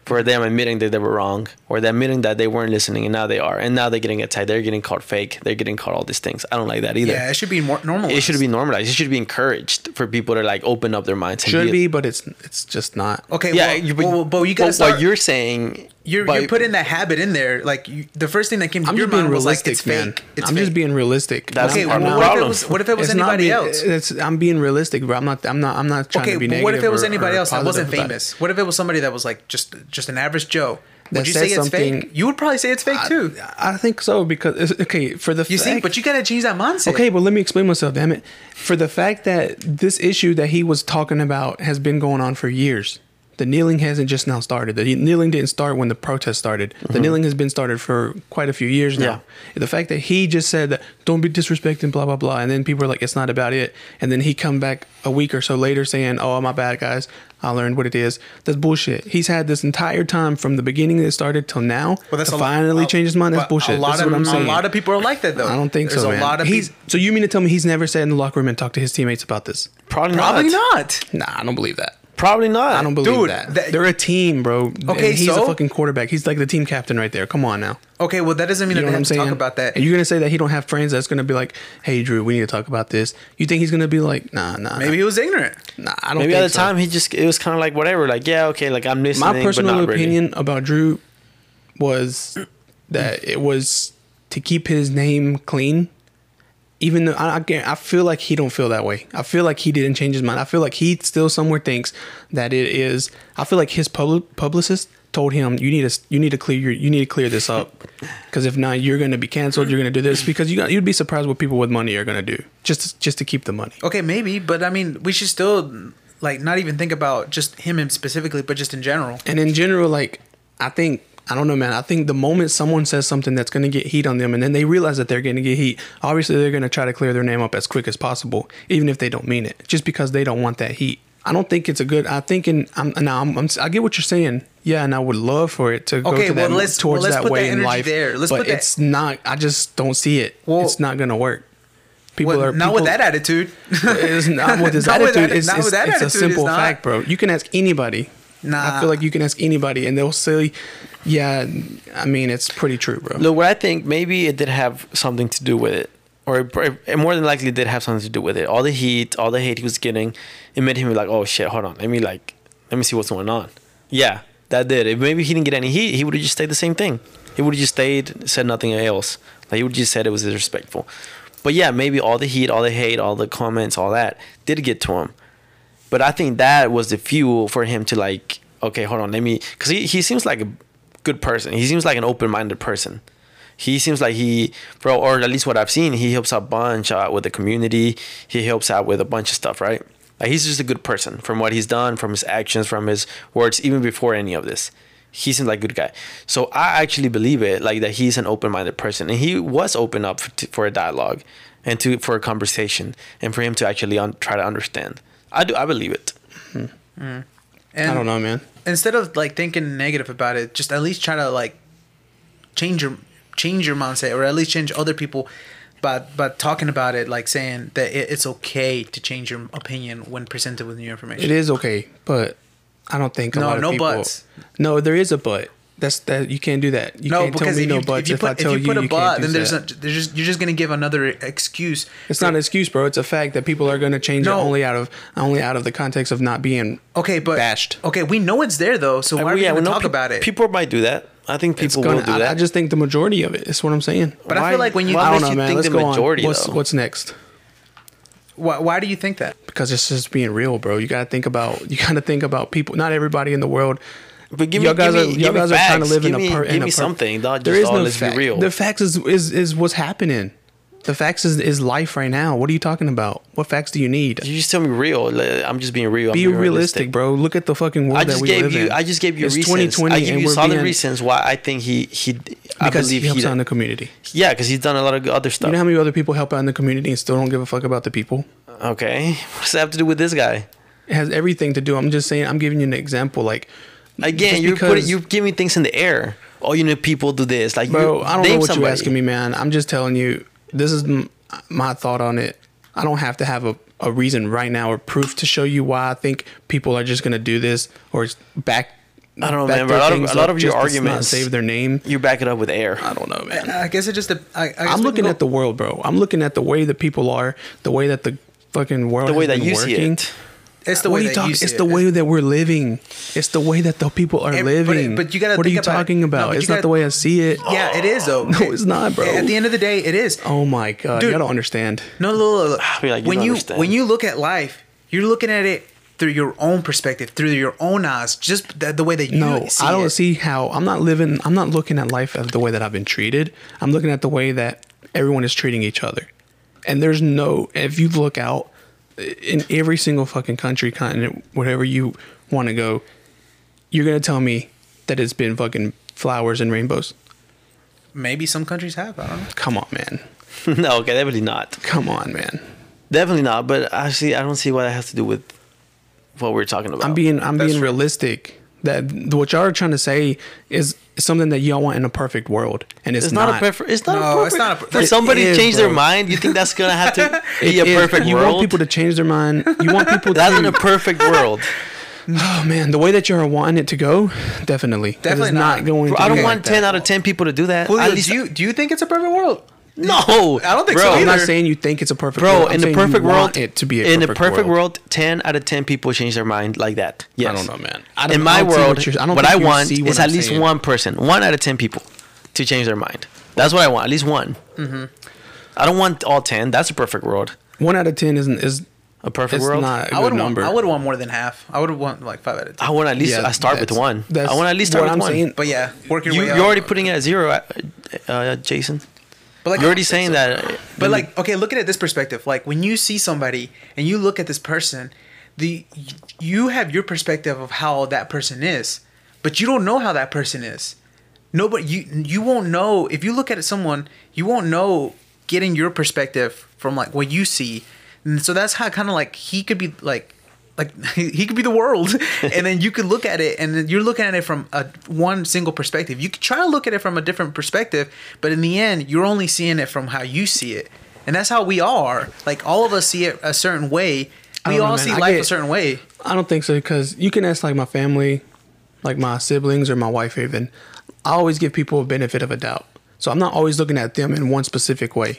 S4: for them admitting that they were wrong, or them admitting that they weren't listening, and now they are, and now they're getting attacked. They're getting called fake. They're getting called all these things. I don't like that either.
S2: Yeah, it should be more normal.
S4: it should be normalized. It should be encouraged for people to like open up their minds. And
S5: should be, but it's it's just not.
S2: okay.
S4: Yeah,
S2: well,
S4: you-
S2: well, well, but you
S4: but
S2: gotta start.
S4: What you're saying,
S2: you're,
S4: by-
S2: you're putting that habit in there. Like you, the first thing that came to
S5: I'm
S2: your
S5: just being
S2: mind was like,
S5: realistic,
S2: it's
S5: man.
S2: fake. It's
S5: I'm
S2: fake.
S5: just being realistic.
S4: That's
S2: Okay,
S5: I'm
S4: part of
S2: well, what if it
S4: the problem.
S2: was what if it was
S5: It's not
S2: anybody
S5: being-
S2: else?
S5: It's, I'm being realistic, bro. I'm not. I'm not. I'm not trying
S2: Okay,
S5: to be
S2: but
S5: negative.
S2: what if it was
S5: or-
S2: anybody
S5: or
S2: else that wasn't
S5: positive about it.
S2: famous? What if it was somebody that was like just just an average Joe? Would
S5: That
S2: you
S5: said
S2: say it's fake?
S5: something-
S2: You would probably say it's fake too.
S5: I think so because it's- okay for the
S2: You
S5: fact,
S2: see, but you gotta change that mindset.
S5: Okay, well, let me explain myself, damn it. For the fact that this issue that he was talking about has been going on for years. The kneeling hasn't just now started. The kneeling didn't start when the protest started.
S2: Mm-hmm.
S5: The kneeling has been started for quite a few years now. The fact that he just said that don't be disrespecting, blah blah blah, and then people are like, it's not about it, and then he come back a week or so later saying, oh my bad guys, I learned what it is. That's bullshit. He's had this entire time from the beginning that it started till now.
S2: Well,
S5: to
S2: a lo-
S5: finally
S2: a-
S5: change his mind. That's
S2: but
S5: bullshit.
S2: A lot
S5: That's
S2: of
S5: what I'm
S2: a
S5: saying.
S2: lot of people are like that though.
S5: I don't think
S2: There's
S5: so,
S2: a
S5: man.
S2: lot of
S5: he's,
S2: peop-
S5: so you mean to tell me he's never sat in the locker room and talked to his teammates about this?
S4: probably,
S2: probably
S4: not.
S2: not.
S5: Nah, I don't believe that.
S4: Probably not.
S5: I don't believe
S2: Dude,
S5: that.
S2: that-
S5: They're a team, bro.
S2: Okay,
S5: and he's
S2: so?
S5: a fucking quarterback. He's like the team captain right there. Come on now.
S2: Okay, well that doesn't mean
S5: You
S2: that
S5: know
S2: they
S5: what I'm
S2: have to
S5: saying?
S2: talk about that.
S5: And you're gonna say that he don't have friends that's gonna be like, "Hey, Drew, we need to talk about this." You think he's gonna be like, "Nah, nah,
S2: Maybe he was ignorant.
S5: nah, nah, I don't."
S4: Maybe at
S5: think
S4: the
S5: so.
S4: time he just it was kind of like whatever. Like yeah, okay, like I'm listening.
S5: my personal
S4: but not really.
S5: opinion about Drew was that it was to keep his name clean. Even though I, I, can't- I feel like he don't feel that way. I feel like he didn't change his mind. I feel like he still somewhere thinks that it is. I feel like his public, publicist told him you need to you need to clear your you need to clear this up because if not you're going to be canceled. You're going to do this because you got, you'd be surprised what people with money are going to do just just to keep the money.
S2: Okay, maybe, but I mean, we should still like not even think about just him and specifically, but just in general.
S5: And in general, like I think I don't know, man. I think the moment someone says something that's gonna get heat on them, and then they realize that they're gonna get heat, obviously they're gonna try to clear their name up as quick as possible, even if they don't mean it, just because they don't want that heat. I don't think it's a good. I think, and I'm now I'm, I'm I get what you're saying. Yeah, and I would love for it to go
S2: Okay,
S5: to that,
S2: well, let's-
S5: towards
S2: well, let's
S5: that
S2: put that
S5: way in
S2: energy
S5: life.
S2: there. Let's
S5: but
S2: put that-
S5: it's not. I just don't see it.
S2: Well-
S5: it's not gonna work. People
S2: Well,
S5: are
S2: not with
S5: people-
S2: that attitude.
S5: it's not with his
S2: Not with
S5: attitude.
S2: that-
S5: it's,
S2: not
S5: it's,
S2: with that
S5: it's
S2: attitude,
S5: a simple
S2: it's not.
S5: fact, bro. You can ask anybody.
S2: Nah.
S5: I feel like you can ask anybody, and they'll say, "Yeah, I mean, it's pretty true, bro."
S4: Look, what I think maybe it did have something to do with it, or it, pr- it more than likely did have something to do with it. All the heat, all the hate he was getting, it made him be like, "Oh shit, hold on, let me like, let me see what's going on." Yeah, that did. If maybe he didn't get any heat, he would have just stayed the same thing. He would have just stayed, said nothing else. Like he would just said it was disrespectful. But yeah, maybe all the heat, all the hate, all the comments, all that did get to him. But I think that was the fuel for him to like, okay, hold on, let me, because he, he seems like a good person. He seems like an open minded person. He seems like he, bro, or at least what I've seen, he helps a bunch out with the community. He helps out with a bunch of stuff, right? Like he's just a good person from what he's done, from his actions, from his words, even before any of this. he seems like a good guy. So I actually believe it, like that he's an open-minded person, and he was open up for, t- for a dialogue, and to for a conversation, and for him to actually un- try to understand. I do. I believe it.
S2: And
S5: I don't know, man.
S2: Instead of like thinking negative about it, just at least try to like change your change your mindset, or at least change other people. But but talking about it, like saying that it, it's okay to change your opinion when presented with new information.
S5: It is okay, but I don't think a
S2: No,
S5: lot of
S2: no
S5: people.
S2: buts.
S5: No, there is a but. That's that you can't do that. You
S2: No,
S5: can't tell
S2: because
S5: me
S2: if,
S5: no
S2: you,
S5: buts
S2: if you
S5: if,
S2: put
S5: I tell
S2: if you put
S5: you
S2: a
S5: you
S2: but,
S5: can't do
S2: then there's
S5: that.
S2: not there's just you're just gonna give another excuse.
S5: it's not an excuse, bro. It's a fact that people are going to change
S2: No.
S5: it only out of only out of the context of not being
S2: okay, but
S5: bashed. Uh,
S2: Okay, we know it's there though, so why are we gonna
S4: know
S2: talk
S4: pe-
S2: about it?
S4: People might do that. I think people
S5: gonna-
S4: will do
S5: I,
S4: that.
S5: I just think the majority of it. That's what I'm saying.
S2: but I
S4: why-
S2: feel like when you
S4: why
S5: I
S4: would
S5: don't
S4: you
S5: know, man.
S4: think
S5: Let's
S4: the
S5: go
S4: majority,
S5: on. What's,
S4: though?
S5: what's next?
S2: why, why do you think that?
S5: Because it's just being real, bro. You got to think about you got to think about people. Not everybody in the world.
S4: But give me,
S5: y'all guys
S4: give
S5: are
S4: me,
S5: y'all
S4: give me
S5: guys
S4: facts.
S5: are trying to live
S4: give
S5: in a
S4: me,
S5: per,
S4: give
S5: in a
S4: me
S5: per-
S4: something. Dog,
S5: There
S4: just
S5: is
S4: all,
S5: no
S4: let's
S5: fact.
S4: be real.
S5: The facts is is is what's happening. The facts is is life right now. What are you talking about? What facts do you need?
S4: you just tell me real. Like, I'm just being real. I'm
S5: Be
S4: being
S5: realistic, bro. Look at the fucking world
S4: I just
S5: that we
S4: gave
S5: live
S4: you.
S5: in.
S4: I just gave you
S5: It's
S4: reasons. I give
S5: and
S4: you
S5: we're
S4: solid
S5: being-
S4: reasons why I think he he. I
S5: because
S4: believe
S5: he helps
S4: he.
S5: out in the community.
S4: yeah, because he's done a lot of other stuff.
S5: You know how many other people help out in the community and still don't give a fuck about the people?
S4: okay, what does that have to do with this guy?
S5: It has everything to do. I'm just saying. I'm giving you an example. Like
S4: Again,
S5: just
S4: you're putting,
S5: because-
S4: you're giving things in the air. Oh, you know, people do this. Like,
S5: bro.
S4: you,
S5: I don't know
S4: name
S5: what
S4: somebody.
S5: you're asking me, man. I'm just telling you. This is m- my thought on it. I don't have to have a, a reason right now or proof to show you why I think people are just gonna do this or s- back.
S4: I don't know,
S5: back
S4: man,
S5: their
S4: but a lot of-
S5: things
S4: a lot
S5: up
S4: of your
S5: just to s- not
S4: arguments-
S5: save their name.
S4: You back it up with air.
S5: I don't know, man.
S2: I guess it just. dep- I, I guess we
S5: I'm
S2: can
S5: looking
S2: go-
S5: at the world, bro. I'm looking at the way that people are, the way that the fucking world,
S4: The way
S5: has
S4: that
S5: been
S4: you see
S5: working.
S4: it.
S2: It's the
S5: what
S2: way
S5: are you
S2: that
S5: talking?
S2: see
S5: It's
S2: it.
S5: the way that we're living. It's the way that the people are
S2: Every- but it-
S5: living.
S2: but you gotta
S5: What are
S2: think
S5: you
S2: about it.
S5: talking
S2: No,
S5: about?
S2: but you
S5: it's
S2: gotta-
S5: not the way I see it.
S2: Yeah, it is though.
S5: No, it's not, bro.
S2: At the end of the day, it is.
S5: Oh my god,
S2: Dude.
S5: you don't understand.
S2: No, look, look, look.
S4: Be like, you
S2: when
S4: don't
S2: you
S4: understand.
S2: when you look at life, you're looking at it through your own perspective, through your own eyes, just the, the way that you
S5: No,
S2: see
S5: I don't
S2: it.
S5: see how. I'm not living. I'm not looking at life as the way that I've been treated. I'm looking at the way that everyone is treating each other. And there's no. If you look out in every single fucking country, continent, whatever you want to go, you're gonna tell me that it's been fucking flowers and rainbows.
S2: Maybe some countries have. I don't know.
S5: Come on, man.
S4: no, okay, definitely not.
S5: Come on, man.
S4: Definitely not. But actually, I don't see what it has to do with what we're talking about.
S5: I'm being. I'm
S2: That's
S5: being
S2: true.
S5: realistic. That what y'all are trying to say is something that y'all want in a perfect world, and it's,
S4: It's not, a perfect. It's not.
S2: No,
S4: a
S2: it's
S4: perfect,
S2: not a per-
S4: For
S2: It
S4: somebody
S5: is,
S4: to change their
S5: bro.
S4: mind, you think that's gonna have to be
S5: It
S4: a
S5: is.
S4: perfect
S5: you
S4: world?
S5: want people to change their mind. You want people
S4: that's
S5: to.
S4: not a perfect world.
S5: oh man, the way that you're wanting it to go, definitely.
S2: Definitely
S5: Definitely not,
S2: not.
S5: going.
S4: Bro,
S5: to
S4: I
S5: be
S4: don't
S5: like
S4: want
S5: that.
S4: ten out of ten people to do that.
S2: Julio,
S4: At least
S2: do you do you think it's a perfect world?
S4: no.
S2: I don't think
S4: bro,
S2: so
S5: I'm not
S2: either.
S5: saying you think it's a perfect.
S4: Bro,
S5: world. I'm
S4: in the
S5: saying you
S4: perfect
S5: want
S4: world,
S5: it to be a
S4: in
S5: perfect
S4: the perfect
S5: world.
S4: world. ten out of ten people change their mind like that. Yes.
S5: don't know, man. I don't-
S4: in
S5: I
S4: my
S5: don't see
S4: world,
S5: what
S4: what,
S5: you're- I don't
S4: I
S5: think you
S4: want
S5: see what
S4: is
S5: I'm
S4: at least
S5: saying.
S4: one person, one out of ten people, to change their mind. That's what I want. At least one.
S5: Mm-hmm.
S4: I don't want all ten. That's a perfect world.
S5: One out of ten isn't is
S4: A perfect
S5: it's
S4: world.
S5: not a good
S2: I would
S5: number.
S2: want. I would want more than half. I would want like five out of ten.
S4: I want at least
S5: Yeah,
S4: I start with
S5: that's-
S4: one.
S5: that's
S4: I want at least start
S5: what
S4: with
S5: I'm
S4: one.
S5: saying.
S2: But yeah, work your
S4: You,
S2: way.
S4: you're
S2: up.
S4: already putting it at zero, uh, uh, Jason.
S2: But like,
S4: You're already saying that. uh,
S2: But like, okay, look at it this perspective. Like when you see somebody and you look at this person, the you have your perspective of how that person is, but you don't know how that person is. Nobody, you you won't know if you look at someone, you won't know getting your perspective from like what you see, and so that's how kind of like he could be like. Like he could be the world, and then you could look at it, and then you're looking at it from a one single perspective. You could try to look at it from a different perspective, but in the end, you're only seeing it from how you see it, and that's how we are. Like all of us see it a certain way.
S5: don't
S2: We
S5: know,
S2: all
S5: man.
S2: see
S5: I
S2: life a
S5: get-
S2: certain way.
S5: I don't think so because you can ask like my family, like my siblings or my wife even. I always give people a benefit of a doubt, so I'm not always looking at them in one specific way.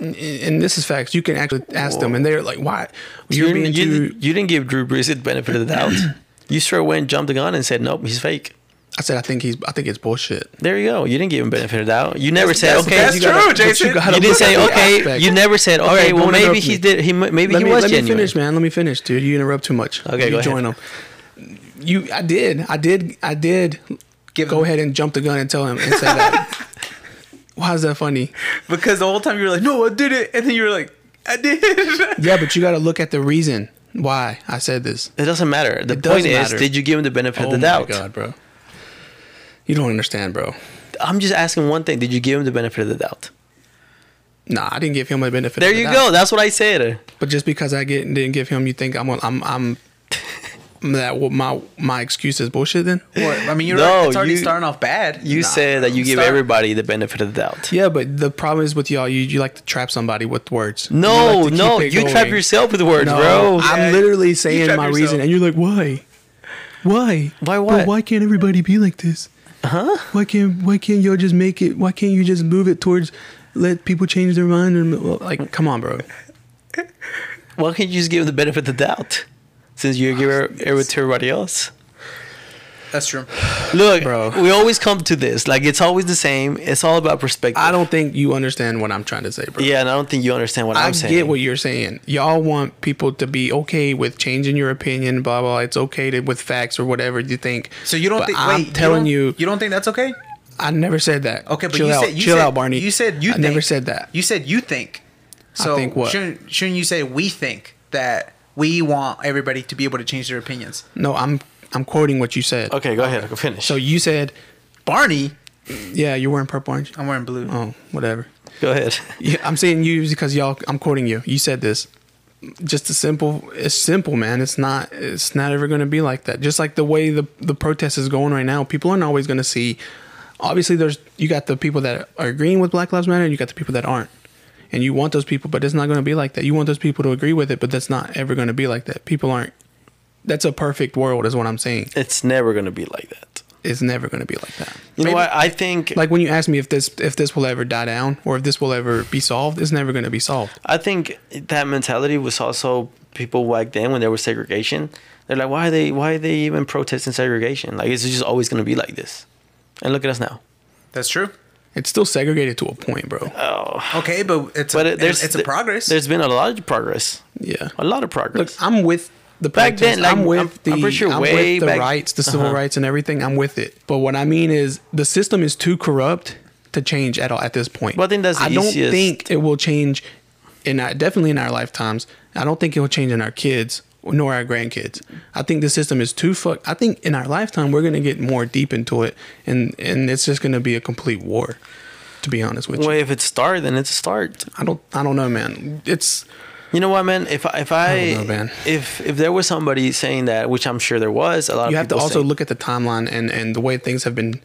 S5: And- And this is facts. You can actually ask them, and they're like, "Why
S4: You,
S5: you're
S4: didn't-
S5: being
S4: you,
S5: too?"
S4: didn't- you didn't give Drew Brees the benefit of the doubt. you sure went, jumped the gun, and said, nope, he's fake.
S5: I said, "I think he's. I think it's bullshit."
S4: There you go. You didn't give him benefit of the doubt. You never said,
S5: that's-
S4: okay.
S5: that's
S4: you
S5: true,
S4: gotta- but
S5: Jason.
S4: You, gotta
S5: You
S4: didn't
S5: look
S4: say,
S5: at the
S4: okay.
S5: aspect.
S4: You never said, okay,
S5: Okay,
S4: well,
S5: don't
S4: maybe
S5: interrupt
S4: he
S5: me.
S4: did. He, m- maybe
S5: let
S4: he
S5: me,
S4: was
S5: let
S4: genuine.
S5: me finish, man. Let me finish, dude. You interrupt too much.
S4: Okay,
S5: you
S4: go ahead.
S5: join them. You, I did, I did, I did.
S2: Give
S5: go
S2: him-
S5: ahead and jump the gun and tell him and say that. Why is that funny?
S2: Because the whole time you were like, "No, I did it," and then you were like, "I did."
S5: Yeah, but you got to look at the reason why I said this.
S4: It doesn't matter. The
S5: does
S4: point is,
S5: matter. Oh
S4: did you give him the benefit of the
S5: my
S4: doubt?
S5: god, bro! You don't understand, bro.
S4: I'm just asking one thing. Did you give him the benefit of the doubt?
S5: Nah, I didn't give him a benefit.
S4: There
S5: of the
S4: you
S5: doubt.
S4: go. That's what I said.
S5: But just because I get didn't give him, you think I'm on, I'm I'm that what my my excuse is bullshit then?
S2: What? I mean, you're
S4: No,
S2: right. It's already
S4: you-
S2: starting off bad.
S4: You said that you give
S2: Stop.
S4: everybody the benefit of the doubt.
S5: Yeah, but the problem is with y'all, you you like to trap somebody with words.
S4: No,
S5: like to
S4: no,
S5: keep it
S4: you trap
S5: going.
S4: yourself with words,
S5: No,
S4: bro.
S5: I'm
S2: Yeah,
S5: literally
S2: you
S5: saying
S2: trap
S5: my
S2: yourself.
S5: reason, and you're like, why? Why?
S4: Why
S5: But
S4: what?
S5: why can't everybody be like this? Huh? Why can't Why can't y'all just make it? Why can't you just move it towards let people change their mind and well, like, come on, bro.
S4: Why can't you just give him the benefit of the doubt? Since you give
S5: Ah,
S4: it to everybody else.
S2: That's true.
S4: Look,
S5: Bro.
S4: we always come to this. Like it's always the same. It's all about perspective.
S5: I don't think you understand what I'm trying to say, bro.
S4: Yeah, and I don't think you understand what I
S5: I
S4: am saying.
S5: get what you're saying. Y'all want people to be okay with changing your opinion, blah blah. It's okay to, with facts or whatever you think.
S2: So you don't
S5: But
S2: think?
S5: I'm
S2: wait,
S5: telling
S2: you,
S5: you,
S2: don't- you don't think that's okay?
S5: I never said that.
S2: Okay, but
S5: chill
S2: you
S5: out,
S2: said you
S5: chill
S2: said,
S5: out, Barney.
S2: You said you.
S5: I
S2: think,
S5: never said that.
S2: You said you think. So
S5: think what?
S2: Shouldn't, shouldn't you say we think that we want everybody to be able to change their opinions?
S5: No, I'm I'm quoting what you said.
S4: Okay, go ahead. Go finish.
S5: So you said,
S2: Barney,
S5: yeah, you're wearing purple, orange.
S2: I'm wearing blue.
S5: Oh, whatever.
S4: go ahead.
S5: Yeah, I'm saying you because y'all. I'm quoting you. You said this. Just a simple. It's simple, man. It's not. It's not ever going to be like that. Just like the way the the protest is going right now, people aren't always going to see. Obviously, there's you got the people that are agreeing with Black Lives Matter, and you got the people that aren't. And you want those people, but it's not going to be like that. You want those people to agree with it, but that's not ever going to be like that. People aren't. That's a perfect world, is what I'm saying.
S4: It's never gonna be like that.
S5: It's never going to be like that.
S4: You know what? I think
S5: Like when you ask me if this if this will ever die down or if this will ever be solved, it's never going to be solved.
S4: I think that mentality was also people back then when there was segregation. They're like, why are they why are they even protesting segregation? Like it's just always gonna be like this. And look at us now.
S2: That's true.
S5: It's still segregated to a point, bro. Oh.
S2: Okay, but it's
S4: But
S2: a,
S4: it, there's
S2: it's a progress.
S4: There's been a lot of progress.
S5: Yeah.
S4: A lot of
S5: Look,
S4: progress.
S5: I'm with the
S4: Back
S5: protest.
S4: then, like,
S5: I'm with
S4: I'm-
S5: the,
S4: I'm pretty sure
S5: I'm
S4: way
S5: with the
S4: back- Uh-huh.
S5: rights, the civil rights, and everything. I'm with it. But what I mean is, the system is too corrupt to change at all at this point.
S4: Well, I think that's the
S5: I don't
S4: easiest-
S5: think it will change, in our, definitely in our lifetimes. I don't think it will change in our kids nor our grandkids. I think the system is too fuck. I think in our lifetime we're gonna get more deep into it, and and it's just gonna be a complete war. To be honest with you,
S4: well, if it's start, then it's a start.
S5: I don't I don't know, man. It's
S4: You know what, man? If I, if I,
S5: know, man.
S4: if if there was somebody saying that, which I'm sure there was, a lot
S5: you
S4: of
S5: have to
S4: people
S5: also
S4: say-
S5: look at the timeline and and the way things have been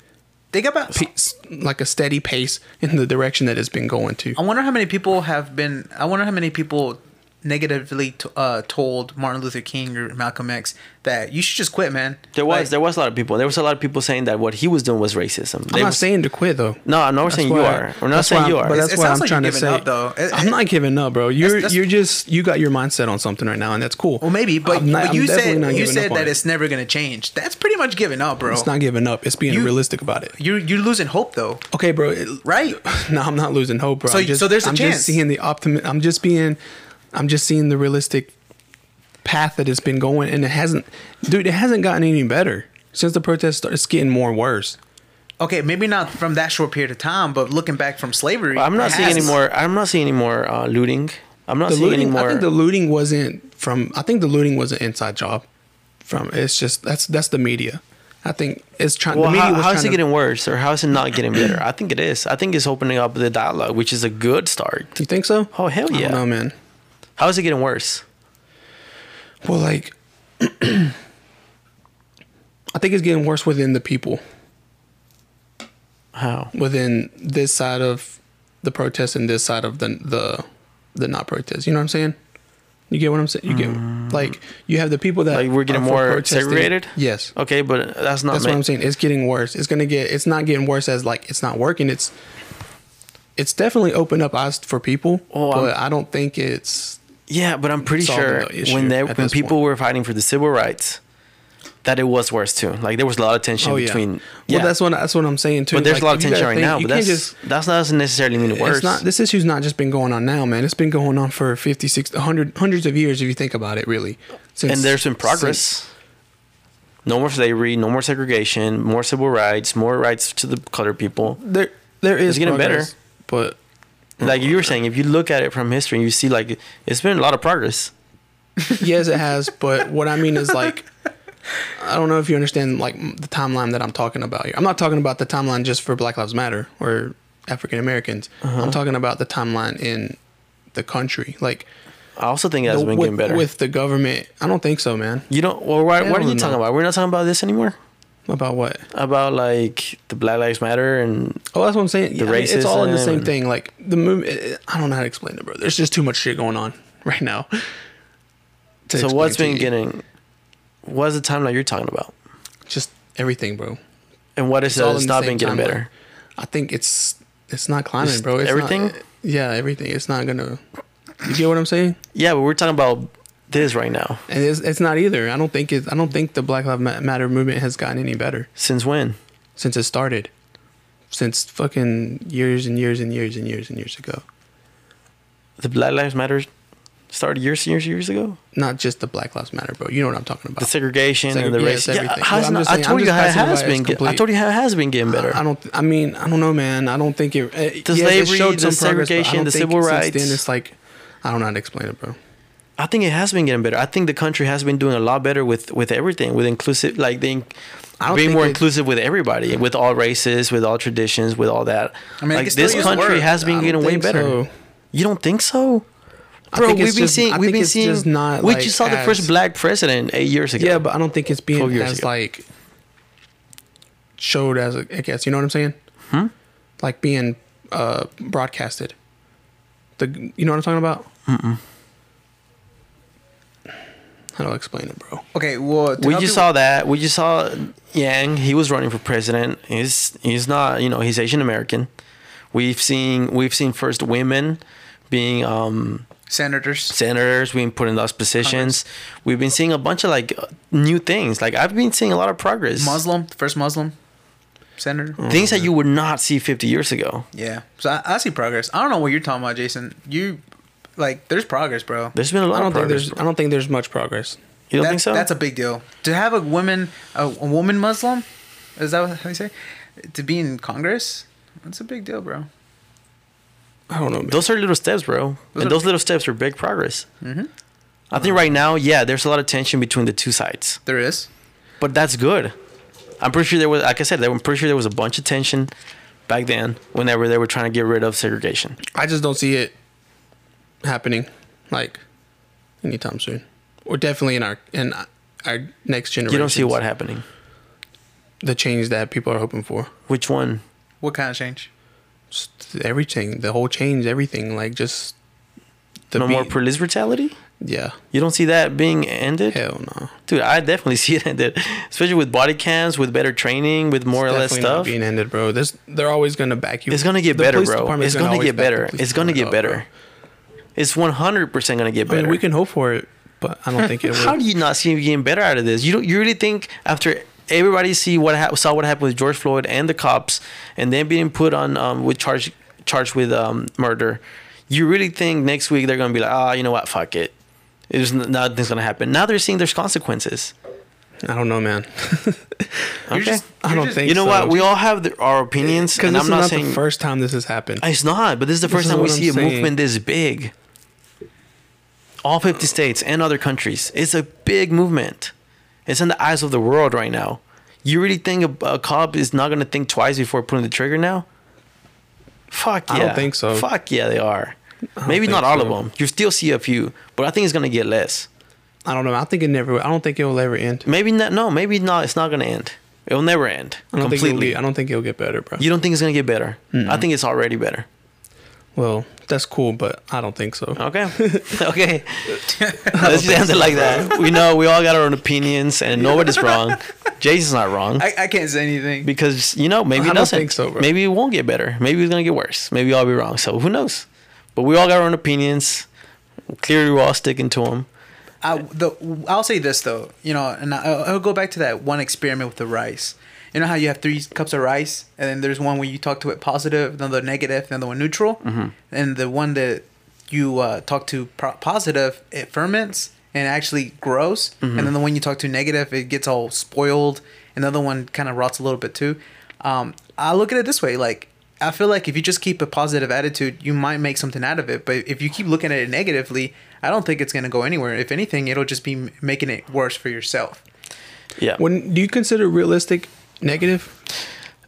S2: Think about.
S5: s- like a steady pace in the direction that it's been going to.
S2: I wonder how many people have been. I wonder how many people negatively t- uh, told Martin Luther King or Malcolm X that you should just quit, man.
S4: There was
S2: Like,
S4: there was a lot of people. There was a lot of people saying that what he was doing was racism.
S5: I'm
S4: They
S5: not
S4: was-
S5: saying to quit though.
S4: No, I'm not
S5: That's
S4: saying you
S5: why-
S4: are. I'm not
S5: that's
S4: saying
S5: why
S4: you
S5: I'm-
S4: are.
S5: But that's
S2: It
S5: what I'm
S2: sounds like
S5: trying
S2: you're
S5: to
S2: giving
S5: say.
S2: up, though. It-
S5: I'm
S2: it-
S5: not giving up, bro. You're
S2: that's-
S5: you're just you got your mindset on something right now, and that's cool.
S2: Well, maybe, but,
S5: I'm not-
S2: but
S5: I'm
S2: you
S5: definitely
S2: said
S5: not
S2: you
S5: giving
S2: said
S5: up on
S2: that
S5: it.
S2: it's never going to change. That's pretty much giving up, bro.
S5: It's not giving up. It's being
S2: You-
S5: realistic about it.
S2: You're you're losing hope though,
S5: Okay, bro. it-
S2: right?
S5: No, I'm not losing hope, bro.
S2: So-
S5: I'm just,
S2: so there's a
S5: I'm
S2: chance.
S5: just seeing the optimism. I'm just being, I'm just seeing the realistic path that it's been going, and it hasn't, dude. It hasn't gotten any better since the protest started. It's getting more worse.
S2: Okay, maybe not from that short period of time, but looking back from slavery,
S4: I'm not
S2: it
S4: seeing
S2: has-
S4: any more. I'm not seeing any more uh, looting. I'm not
S5: the
S4: seeing any
S5: looting. I
S4: more.
S5: think the looting wasn't from. I think the looting was an inside job. From it's just that's that's the media. I think it's trying.
S4: well,
S5: the media
S4: how,
S5: was
S4: how
S5: trying
S4: is it
S5: to,
S4: getting worse, or how is it not getting better? I think it is. I think it's opening up the dialogue, which is a good start.
S5: You think so?
S4: Oh, hell
S5: I
S4: yeah.
S5: don't know, man.
S4: How is it getting worse?
S5: Well, like, I think it's getting worse within the people,
S4: How?
S5: within this side of the protest and this side of the the the not protest. You know what I'm saying? You get what I'm saying? You get like you have the people that
S4: Like we're getting
S5: are for
S4: more
S5: protesting.
S4: segregated. Oh,
S5: Yes.
S4: Okay, but that's not.
S5: That's
S4: ma-
S5: what I'm saying. It's getting worse. It's gonna get. It's not getting worse as like it's not working. It's it's definitely opened up eyes for people,
S4: Oh, I'm-
S5: but I don't think it's.
S4: Yeah, but I'm pretty
S5: solving
S4: sure
S5: the issue
S4: when they
S5: at
S4: when
S5: this
S4: people
S5: point.
S4: were fighting for the civil rights, that it was worse too. Like there was a lot of tension
S5: Oh yeah.
S4: between.
S5: well, that's what that's what I'm saying too.
S4: but there's
S5: Like,
S4: a lot of
S5: you gotta
S4: tension right
S5: think-
S4: now.
S5: you
S4: But
S5: can't
S4: that's that's not doesn't necessarily mean worse.
S5: It's not this issue's not just been going on now, man. It's been going on for 50, 60, 100, hundreds of years if you think about it, really. Since,
S4: and there's been progress.
S5: since-
S4: no more slavery, no more segregation, more civil rights, more rights to the colored people.
S5: there there is
S4: It's getting better.
S5: progress, but
S4: Like you were saying, if you look at it from history, you see like it's been a lot of progress.
S5: yes, it has. But what I mean is like I don't know if you understand like m- the timeline that I'm talking about here. I'm not talking about the timeline just for Black Lives Matter or African Americans.
S4: Uh-huh.
S5: I'm talking about the timeline in the country, like
S4: I also think it has
S5: the-
S4: been
S5: with,
S4: getting better.
S5: with the government. I don't think so, man.
S4: you don't. Well, why, what are
S5: Hell
S4: you talking
S5: no.
S4: about? We're not talking about this anymore.
S5: About what?
S4: About like the Black Lives Matter and
S5: Oh, that's what I'm saying. Yeah, I mean, it's all in the
S4: racism
S5: same
S4: and-
S5: thing. Like the movie. I don't know how to explain it, bro. There's just too much shit going on right now. to
S4: so what's
S5: explain
S4: been
S5: to you.
S4: getting? What's the timeline you're talking about?
S5: just everything, bro?
S4: And what is
S5: all
S4: that? It's
S5: in the
S4: not
S5: same
S4: been getting
S5: timeline.
S4: better.
S5: I think it's it's not climbing,
S4: Just
S5: bro. It's not-
S4: everything?
S5: yeah, everything. It's not gonna. You get what I'm saying?
S4: Yeah, but we're talking about this right now.
S5: And it's, it's not either. I don't think it. I don't think the Black Lives Ma- Matter movement has gotten any better
S4: Since when?
S5: since it started, since fucking years and years and years and years and years ago.
S4: The Black Lives Matter started years, years, years ago.
S5: Not just the Black Lives Matter, bro. You know what I'm talking about.
S4: The segregation and the
S5: Segre- yeah, it's
S4: race. Yeah,
S5: everything.
S4: how's
S5: But I'm
S4: not-
S5: just
S4: I
S5: saying-
S4: told
S5: I'm
S4: you
S5: just
S4: how it
S5: passing it
S4: has
S5: by. It's
S4: been. Get, I
S5: complete.
S4: told you how it has been getting better.
S5: I don't. I mean, I don't know, man. I don't think it. eh,
S4: The
S5: yes, it
S4: slavery,
S5: showed
S4: the
S5: some progress, but I
S4: segregation,
S5: don't
S4: the
S5: think
S4: civil
S5: since
S4: rights.
S5: Then it's like, I don't know how to explain it, bro.
S4: I think it has been getting better. I think the country has been doing a lot better with with everything, with inclusive, like being,
S5: I don't
S4: being
S5: think
S4: more
S5: it-
S4: inclusive with everybody, with all races, with all traditions, with all that. I
S2: mean, I
S4: mean, like
S2: can still
S4: this
S2: use
S4: country
S2: words.
S4: has
S5: I
S4: been
S5: don't
S4: getting way
S5: think
S4: better.
S5: so.
S4: You don't think so? Bro,
S5: think it's
S4: we've been
S5: just-
S4: seeing.
S5: I
S4: We've
S5: think
S4: been
S5: it's
S4: seeing.
S5: just not,
S4: we
S5: like,
S4: just saw the
S5: as-
S4: first black president eight years ago.
S5: Yeah, but I don't think it's being
S4: 12 years
S5: as
S4: ago.
S5: like showed as a, I guess you know what I'm saying. Hmm? Like being uh, broadcasted. The you know what I'm talking about. Mm-mm. How do I explain it, bro?
S2: Okay, well, to
S4: we
S2: help
S4: just
S2: you-
S4: saw that. We just saw Yang. He was running for president. He's he's not. You know, he's Asian American. We've seen we've seen first women being um,
S2: senators.
S4: senators we've been put in those positions we've been seeing a bunch of like uh, new things like i've been seeing a lot of progress
S2: Muslim, the first Muslim senator.
S4: things that you would not see 50 years ago
S2: Yeah. So I, I see progress. I don't know what you're talking about, Jason. You like there's progress, bro.
S4: there's been a lot
S5: I don't
S4: of
S5: think
S4: progress
S5: there's I don't think there's much progress.
S4: you don't
S2: that's,
S4: think so
S2: That's a big deal. To have a woman, a, a woman Muslim, is that what how you say? To be in Congress, that's a big deal, bro.
S5: I don't know. Man.
S4: those are little steps bro
S2: Those are- Mm-hmm.
S4: and those little steps are big progress i
S2: Uh-huh.
S4: think right now yeah there's a lot of tension between the two sides
S2: There is.
S4: but that's good i'm pretty sure there was like i said there- i'm pretty sure there was a bunch of tension back then whenever they were trying to get rid of segregation
S5: I just don't see it happening like anytime soon, or definitely in our in our next generation.
S4: you don't see what happening
S5: the change that people are hoping for.
S4: which one
S2: What kind of change?
S5: Just everything, the whole change, everything, like just the
S4: no more
S5: beat-
S4: police brutality
S5: yeah.
S4: you don't see that being ended
S5: Hell no.
S4: Dude, I definitely see it ended, especially with body cams, with better training, with more or less
S5: Definitely not
S4: stuff.
S5: being ended, bro. This they're always gonna back you.
S4: It's gonna get
S5: the
S4: better,
S5: police
S4: bro.
S5: department's
S4: It's gonna,
S5: always
S4: get
S5: back the
S4: better.
S5: police
S4: It's gonna get
S5: department up,
S4: better. It's one hundred percent gonna get
S5: bro. I
S4: better.
S5: mean, we can hope for it, but I don't think it will.
S4: How do you not see me getting better out of this? You don't. You really think after everybody see what hap saw what happened with George Floyd and the cops, and then being put on um, with charge charged with um, murder, you really think next week they're gonna be like, ah, you know what, fuck it. It's n- nothing's gonna happen. Now they're seeing there's consequences.
S5: I don't know, man.
S4: Okay?
S2: just-
S5: I
S2: You're
S5: don't
S2: just-
S5: think
S4: you know
S5: so.
S4: what? We all have the, our opinions,
S5: because
S4: and
S5: this
S4: I'm
S5: is
S4: not,
S5: not
S4: saying
S5: the first time this has happened.
S4: Uh, It's not, but this is the first
S5: is
S4: time we
S5: what I'm
S4: see a
S5: saying.
S4: movement this big. All 50 states and other countries. It's a big movement. It's in the eyes of the world right now. You really think a, a cop is not going to think twice before pulling the trigger now? Fuck yeah.
S5: I don't think so.
S4: Fuck yeah, they are. Maybe
S5: think
S4: not all of
S5: so.
S4: them. You still see a few, but I think it's going to get less.
S5: I don't know. I think it never. will. I don't think it will ever end.
S4: Maybe not. No, maybe not. It's not going to end. It'll never end
S5: I don't Think
S4: completely.
S5: it'll get, I don't think it'll get better, bro.
S4: you don't think it's going to get better? I think it's already better.
S5: well, that's cool, but I don't think so.
S4: Okay. okay. Let's just answer like that. We know we all got our own opinions and nobody's wrong. Jason's not wrong.
S2: I, I can't say anything.
S4: because you know, maybe
S5: I
S4: it
S5: don't
S4: doesn't.
S5: think so, bro.
S4: Maybe it won't get better. Maybe it's gonna get worse. Maybe I'll be wrong. So who knows? But we all got our own opinions. Clearly, we're all sticking to them.
S2: I, the, I'll say this though, you know, and I, I'll go back to that one experiment with the rice. You know how you have three cups of rice, and then there's one where you talk to it positive, another negative, another one neutral, and the one that you uh, talk to pro- positive, it ferments and actually grows, and then the one you talk to negative, it gets all spoiled, and the other one kind of rots a little bit too. Um, I look at it this way, like I feel like if you just keep a positive attitude, you might make something out of it. But if you keep looking at it negatively, I don't think it's going to go anywhere. If anything, it'll just be m- making it worse for yourself.
S4: Yeah.
S5: When do you consider realistic negative?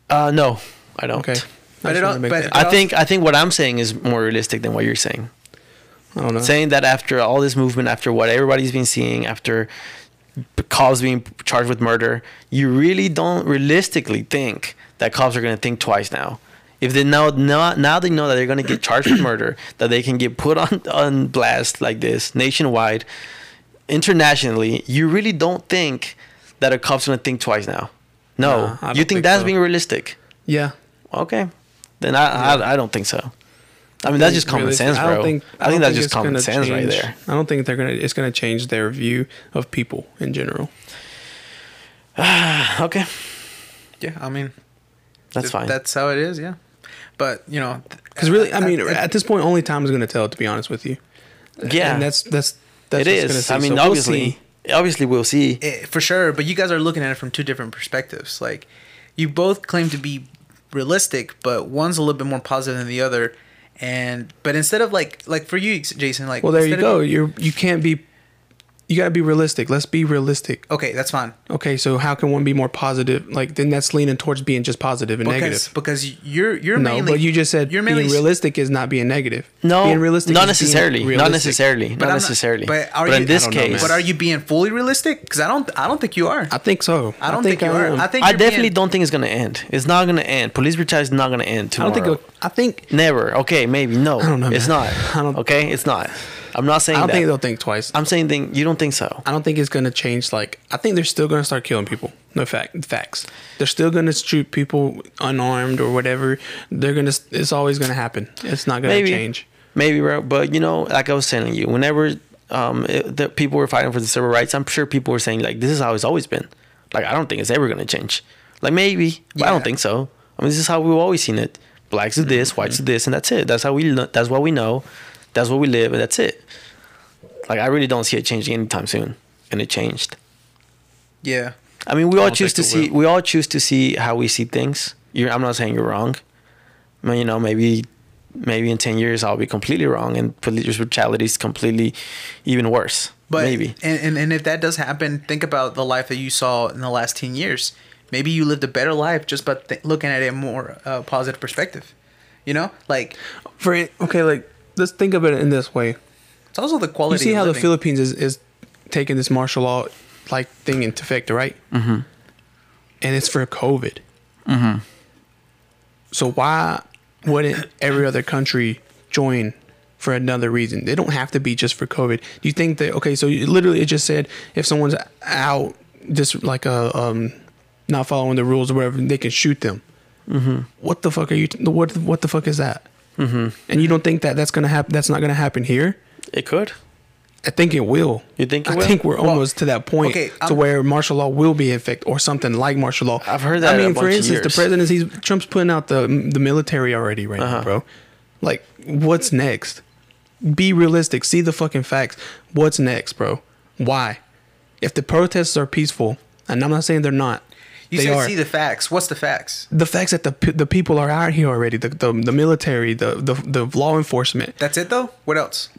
S4: Uh, no, I don't.
S5: Okay.
S2: But it
S5: just wanted
S2: all-
S5: to make
S2: but-
S5: that-
S4: I think I think what I'm saying is more realistic than what you're saying.
S5: I don't know.
S4: Saying that after all this movement, after what everybody's been seeing, after cops being charged with murder, you really don't realistically think that cops are going to think twice now. If they now now, now they know that they're going to get charged with murder, that they can get put on on blast like this nationwide, internationally, you really don't think that a cop's going to think twice now. No,
S5: Nah, I
S4: you
S5: don't
S4: think,
S5: think
S4: that's
S5: so.
S4: being realistic?
S5: yeah.
S4: Okay, then I I, I don't think so. I mean, that's just common
S5: Realistic-
S4: sense, bro. I
S5: don't
S4: think,
S5: don't
S4: that's
S5: it's
S4: just common
S5: gonna
S4: sense right
S5: change-
S4: there.
S5: I don't think they're gonna. It's gonna change their view of people in general.
S4: Okay,
S2: Yeah, I mean,
S4: that's
S2: if
S4: fine.
S2: That's how it is. Yeah, but you know,
S4: Uh,
S5: Because really, I mean, at this point, only time is gonna tell. To be honest with you.
S4: yeah,
S5: And that's that's that's what's
S4: it
S5: gonna
S4: is.
S5: see.
S4: I mean,
S5: So we'll see.
S4: obviously, obviously, we'll see.
S2: eh, for sure. But you guys are looking at it from two different perspectives. Like, you both claim to be realistic, but one's a little bit more positive than the other. And but instead of like like for you, Jason, like
S5: Well, there you
S2: instead of-
S5: go. You're you can't be. You gotta be realistic. Let's be realistic.
S2: okay, that's fine.
S5: Okay, so how can one be more positive? Like then that's leaning towards being just positive and
S2: Because
S5: negative.
S2: because you're you're
S5: No,
S2: mainly
S5: but you just said
S2: you're mainly
S5: being realistic is not being negative.
S4: No,
S5: being realistic
S4: not
S5: is being
S4: necessarily. Not
S5: realistic.
S4: necessarily.
S2: but
S4: not
S2: I'm
S4: necessarily.
S2: But are
S4: but
S2: you
S4: in this
S5: I don't know,
S4: case,
S5: man.
S2: But are you being fully realistic? Because I don't I don't think you are.
S5: I think so.
S2: I don't think, you are.
S5: am.
S2: I think
S4: I
S2: you're
S4: definitely
S2: being-
S4: don't think it's gonna end. It's not gonna end. Police brutality is not gonna end
S5: I don't
S4: tomorrow.
S5: think. it'll- I think.
S4: Never. Okay, maybe. No, I
S5: don't know,
S4: It's
S5: man.
S4: not.
S5: I don't-
S4: okay, it's not. I'm not saying
S5: I don't
S4: that.
S5: think they'll think twice.
S4: I'm saying thing. You don't think so?
S5: I don't think it's gonna change. Like I think they're still gonna start killing people. No fact facts. They're still gonna shoot people unarmed or whatever. They're gonna. It's always gonna happen. It's not gonna
S4: maybe
S5: change.
S4: maybe bro but you know like i was telling you whenever um it, the people were fighting for the civil rights i'm sure people were saying like this is how it's always been like i don't think it's ever going to change like maybe but i
S2: Yeah.
S4: don't think so i mean this is how we've always seen it blacks do this whites
S5: Mm-hmm.
S4: do this and that's it that's how we lo- that's what we know that's what we live and that's it like i really don't see it changing anytime soon and it changed
S2: Yeah.
S4: I mean, we all
S5: don't
S4: choose to
S5: think it
S4: see. We all choose to see how we see things. You're, I'm not saying you're wrong. I mean, you know, maybe, maybe in ten years I'll be completely wrong, and police brutality is completely even worse.
S2: But
S4: maybe.
S2: And, and and if that does happen, think about the life that you saw in the last ten years. Maybe you lived a better life just by th- looking at it more uh, positive perspective. You know, like
S5: For it- okay, like let's think of it in this way.
S2: it's also the
S5: You
S2: quality.
S5: see
S2: of
S5: how the
S2: living.
S5: Philippines is, is taking this martial law like thing into effect, right? Mm-hmm. And it's for COVID. Mm-hmm. So why wouldn't every other country join for another reason? They don't have to be just for COVID. Do you think that okay? So you, literally, it just said if someone's out, just like a um, not following the rules or whatever, they can shoot them. Mm-hmm. What the fuck are you? T- what what the fuck is that? Mm-hmm. And you don't think that that's gonna happen? That's not gonna happen here.
S4: it could.
S5: I think it will.
S4: You think it
S5: I
S4: will?
S5: think we're
S2: Well,
S5: almost to that point
S2: okay,
S5: to
S2: I'm-
S5: where martial law will be in effect or something like martial law.
S4: I've heard that
S5: I
S4: a
S5: mean, for
S4: bunch of
S5: instance, the
S4: years.
S5: president, he's Trump's putting out the the military already right
S4: Uh-huh.
S5: now, bro. Like, what's next? Be realistic. See the fucking facts. What's next, bro? Why? If the protests are peaceful, and I'm not saying they're not,
S2: you
S5: they
S2: said
S5: are
S2: see the facts. What's the facts?
S5: the facts that the pe- the people are out here already. The the, the military, the, the the law enforcement.
S2: That's it though. What else?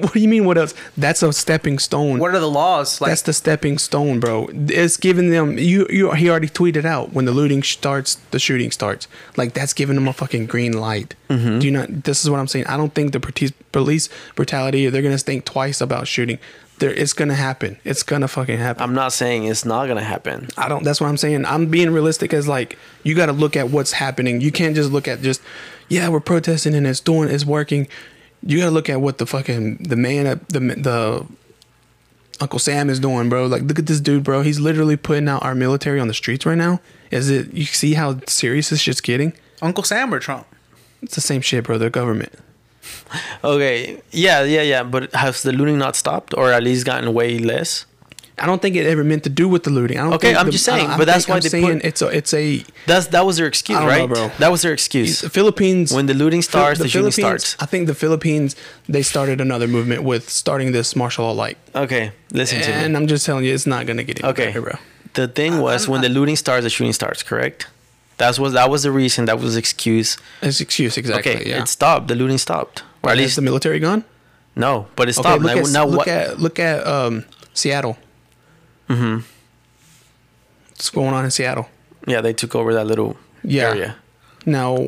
S5: what do you mean? What else? That's a stepping stone.
S2: What are the laws? Like
S5: That's the stepping stone, bro. It's giving them you. You he already tweeted out when the looting starts, the shooting starts. Like that's giving them a fucking green light. Do you not? This is what I'm saying. I don't think the police, police brutality. They're gonna think twice about shooting. There, it's gonna happen. It's gonna fucking happen.
S4: I'm not saying it's not gonna happen.
S5: I don't. That's what I'm saying. I'm being realistic as like you got to look at what's happening. You can't just look at just yeah we're protesting and it's doing it's working. You got to look at what the fucking the man at the the Uncle Sam is doing, bro. Like look at this dude, bro. He's literally putting out our military on the streets right now. Is it you see how serious this shit's getting?
S2: Uncle Sam or Trump?
S5: It's the same shit, bro. The government.
S4: Okay. Yeah. Yeah. Yeah. But has the looting not stopped, or at least gotten way less?
S5: I don't think it ever meant to do with the looting. I don't
S4: Okay,
S5: think
S4: I'm
S5: the-
S4: just
S5: I don't-
S4: saying,
S5: I
S4: but that's
S5: think
S4: why
S5: I'm
S4: they
S5: saying
S4: put-
S5: it's a it's a
S4: That's that was their excuse,
S5: I don't know,
S4: right?
S5: bro.
S4: That was their excuse.
S5: The Philippines.
S4: When the looting starts, the shooting
S5: Philippines-
S4: starts.
S5: I think the Philippines they started another movement with starting this martial law light,
S4: Okay. Listen to me.
S5: and I'm just telling you, it's not gonna get any
S4: Okay,
S5: better, bro.
S4: The thing was
S2: I'm
S4: when
S2: not-
S4: the looting starts, the shooting starts. Correct. That's was that was the reason. That was the excuse.
S5: It's excuse exactly.
S4: okay,
S5: yeah.
S4: it stopped. The looting stopped. Or at
S5: Has
S4: least
S5: the military gone?
S4: no, but it
S5: Okay,
S4: stopped.
S5: look,
S4: now,
S5: at, um,
S4: now
S5: look
S4: what? Mm-hmm.
S5: at look at um Seattle. what's going on in Seattle.
S4: Yeah, they took over that little
S5: Yeah.
S4: area.
S5: Now,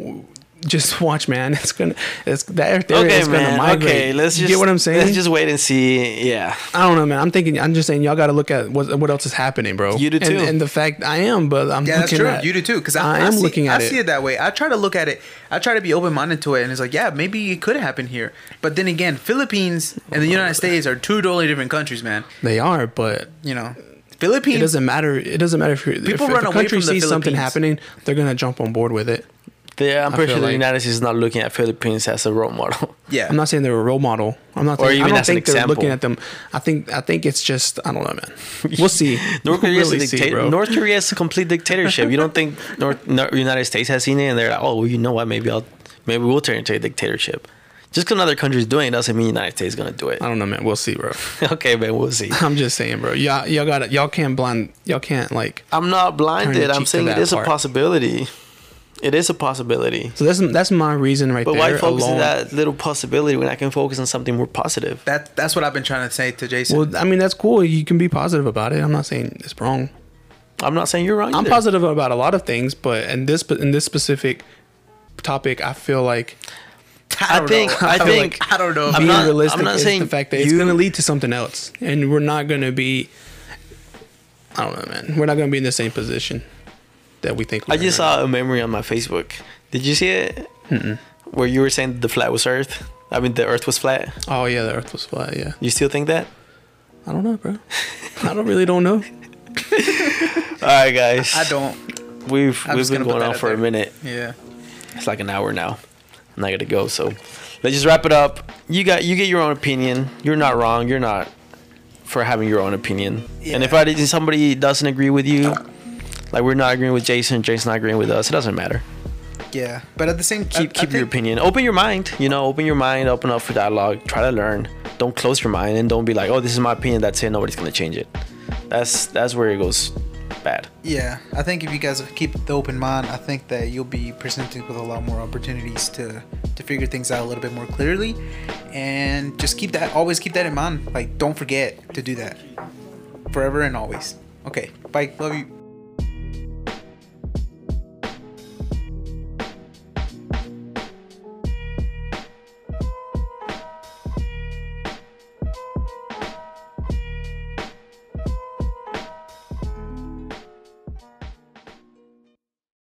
S5: just watch, man. It's gonna, it's that area
S4: Okay,
S5: is gonna
S4: man.
S5: migrate.
S4: Okay, let's
S5: You
S4: just
S5: get what I'm saying.
S4: Let's just wait and see. Yeah,
S5: I don't know, man. I'm thinking. I'm just saying, y'all got to look at what what else is happening, bro.
S4: You do
S5: And-
S4: too.
S5: And, the fact I am, but I'm
S2: Yeah, that's
S5: looking
S2: true.
S5: at
S2: you do too, because
S5: I
S2: I,
S5: am
S2: see,
S5: looking at
S2: I
S5: it.
S2: see it that way. I try to look at it. I try to be open minded to it, and it's like, yeah, maybe it could happen here. But then again, Philippines and the United States are two totally different countries, man.
S5: They are, but
S2: You know,
S5: it
S2: Philippines.
S5: doesn't matter. It doesn't matter if you're,
S2: People
S5: if,
S2: run
S5: if a
S2: away
S5: country
S2: from the
S5: sees something
S2: Philippines.
S5: happening, they're gonna jump on board with it.
S4: yeah. I'm pretty
S5: feel
S4: sure the
S5: like-
S4: United States is not looking at Philippines as a role model.
S2: Yeah,
S5: I'm not saying they're a role model. I'm not.
S4: Or
S5: Saying, I
S4: even
S5: don't
S4: as an
S5: think they're
S4: example.
S5: looking at them. I think. I think it's just. I don't know, man. We'll see.
S4: North
S5: We'll
S4: Korea is a
S5: really see,
S4: dictator.
S5: bro.
S4: North Korea is a complete dictatorship. You don't think North, Nor United States has seen it, and they're like, oh, well, you know what? Maybe I'll, maybe we'll turn into a dictatorship. Just because another country's doing it doesn't mean United States is gonna do it.
S5: I don't know, man. We'll see, bro.
S4: okay, man, we'll see.
S5: I'm just saying, bro. Y'all, y'all got it. Y'all can't blind. Y'all can't like.
S4: I'm not blinded.
S5: cheek
S4: I'm
S5: to
S4: saying it
S5: that
S4: is
S5: part.
S4: a possibility. It is a possibility.
S5: So that's that's my reason right
S4: But
S5: there.
S4: why focus
S5: alone.
S4: on that little possibility when I can focus on something more positive?
S2: that that's what I've been trying to say to Jason.
S5: Well, I mean, that's cool. You can be positive about it. I'm not saying it's wrong.
S4: I'm not saying you're wrong.
S5: I'm
S4: either.
S5: positive about a lot of things, but in this in this specific topic, I feel like
S4: I
S2: don't
S4: think.
S2: know.
S4: I
S2: feel
S4: think.
S2: like- I don't know.
S4: I'm
S5: being
S4: not-
S5: realistic
S4: I'm not
S5: is
S4: saying
S5: the fact that it's
S4: you-
S5: going to lead to something else, and we're not going to be. I don't know, man. We're not going to be in the same position that we think. We're
S4: I
S5: in.
S4: just saw a memory on my Facebook. Did you see it? Where you were saying the flat was Earth. I mean, the Earth was flat.
S5: Oh yeah, the Earth was flat. Yeah,
S4: You still think that?
S5: I don't know, bro. I don't really don't know.
S4: All right, guys.
S2: I don't.
S4: We've
S2: I'm
S4: we've
S2: just
S4: been
S2: gonna put
S4: going
S2: that
S4: on
S2: out
S4: for a
S2: there.
S4: minute.
S2: Yeah.
S4: It's like an hour now. I'm not gonna go. So let's just wrap it up. You got you get your own opinion. You're not wrong. You're not for having your own opinion. And if I didn't, somebody doesn't agree with you, like we're not agreeing with Jason, Jason's not agreeing with us. It doesn't matter.
S2: Yeah, but at the same
S4: Keep keep your opinion. Open your mind. You know, open your mind. Open up for dialogue. Try to learn. Don't close your mind and don't be like, oh, this is my opinion. That's it. Nobody's gonna change it. That's that's where it goes bad.
S2: Yeah, I think if you guys keep the open mind, I think that you'll be presented with a lot more opportunities to to figure things out a little bit more clearly, and just keep that always keep that in mind. Like, don't forget to do that, forever and always. Okay, bye. Love you.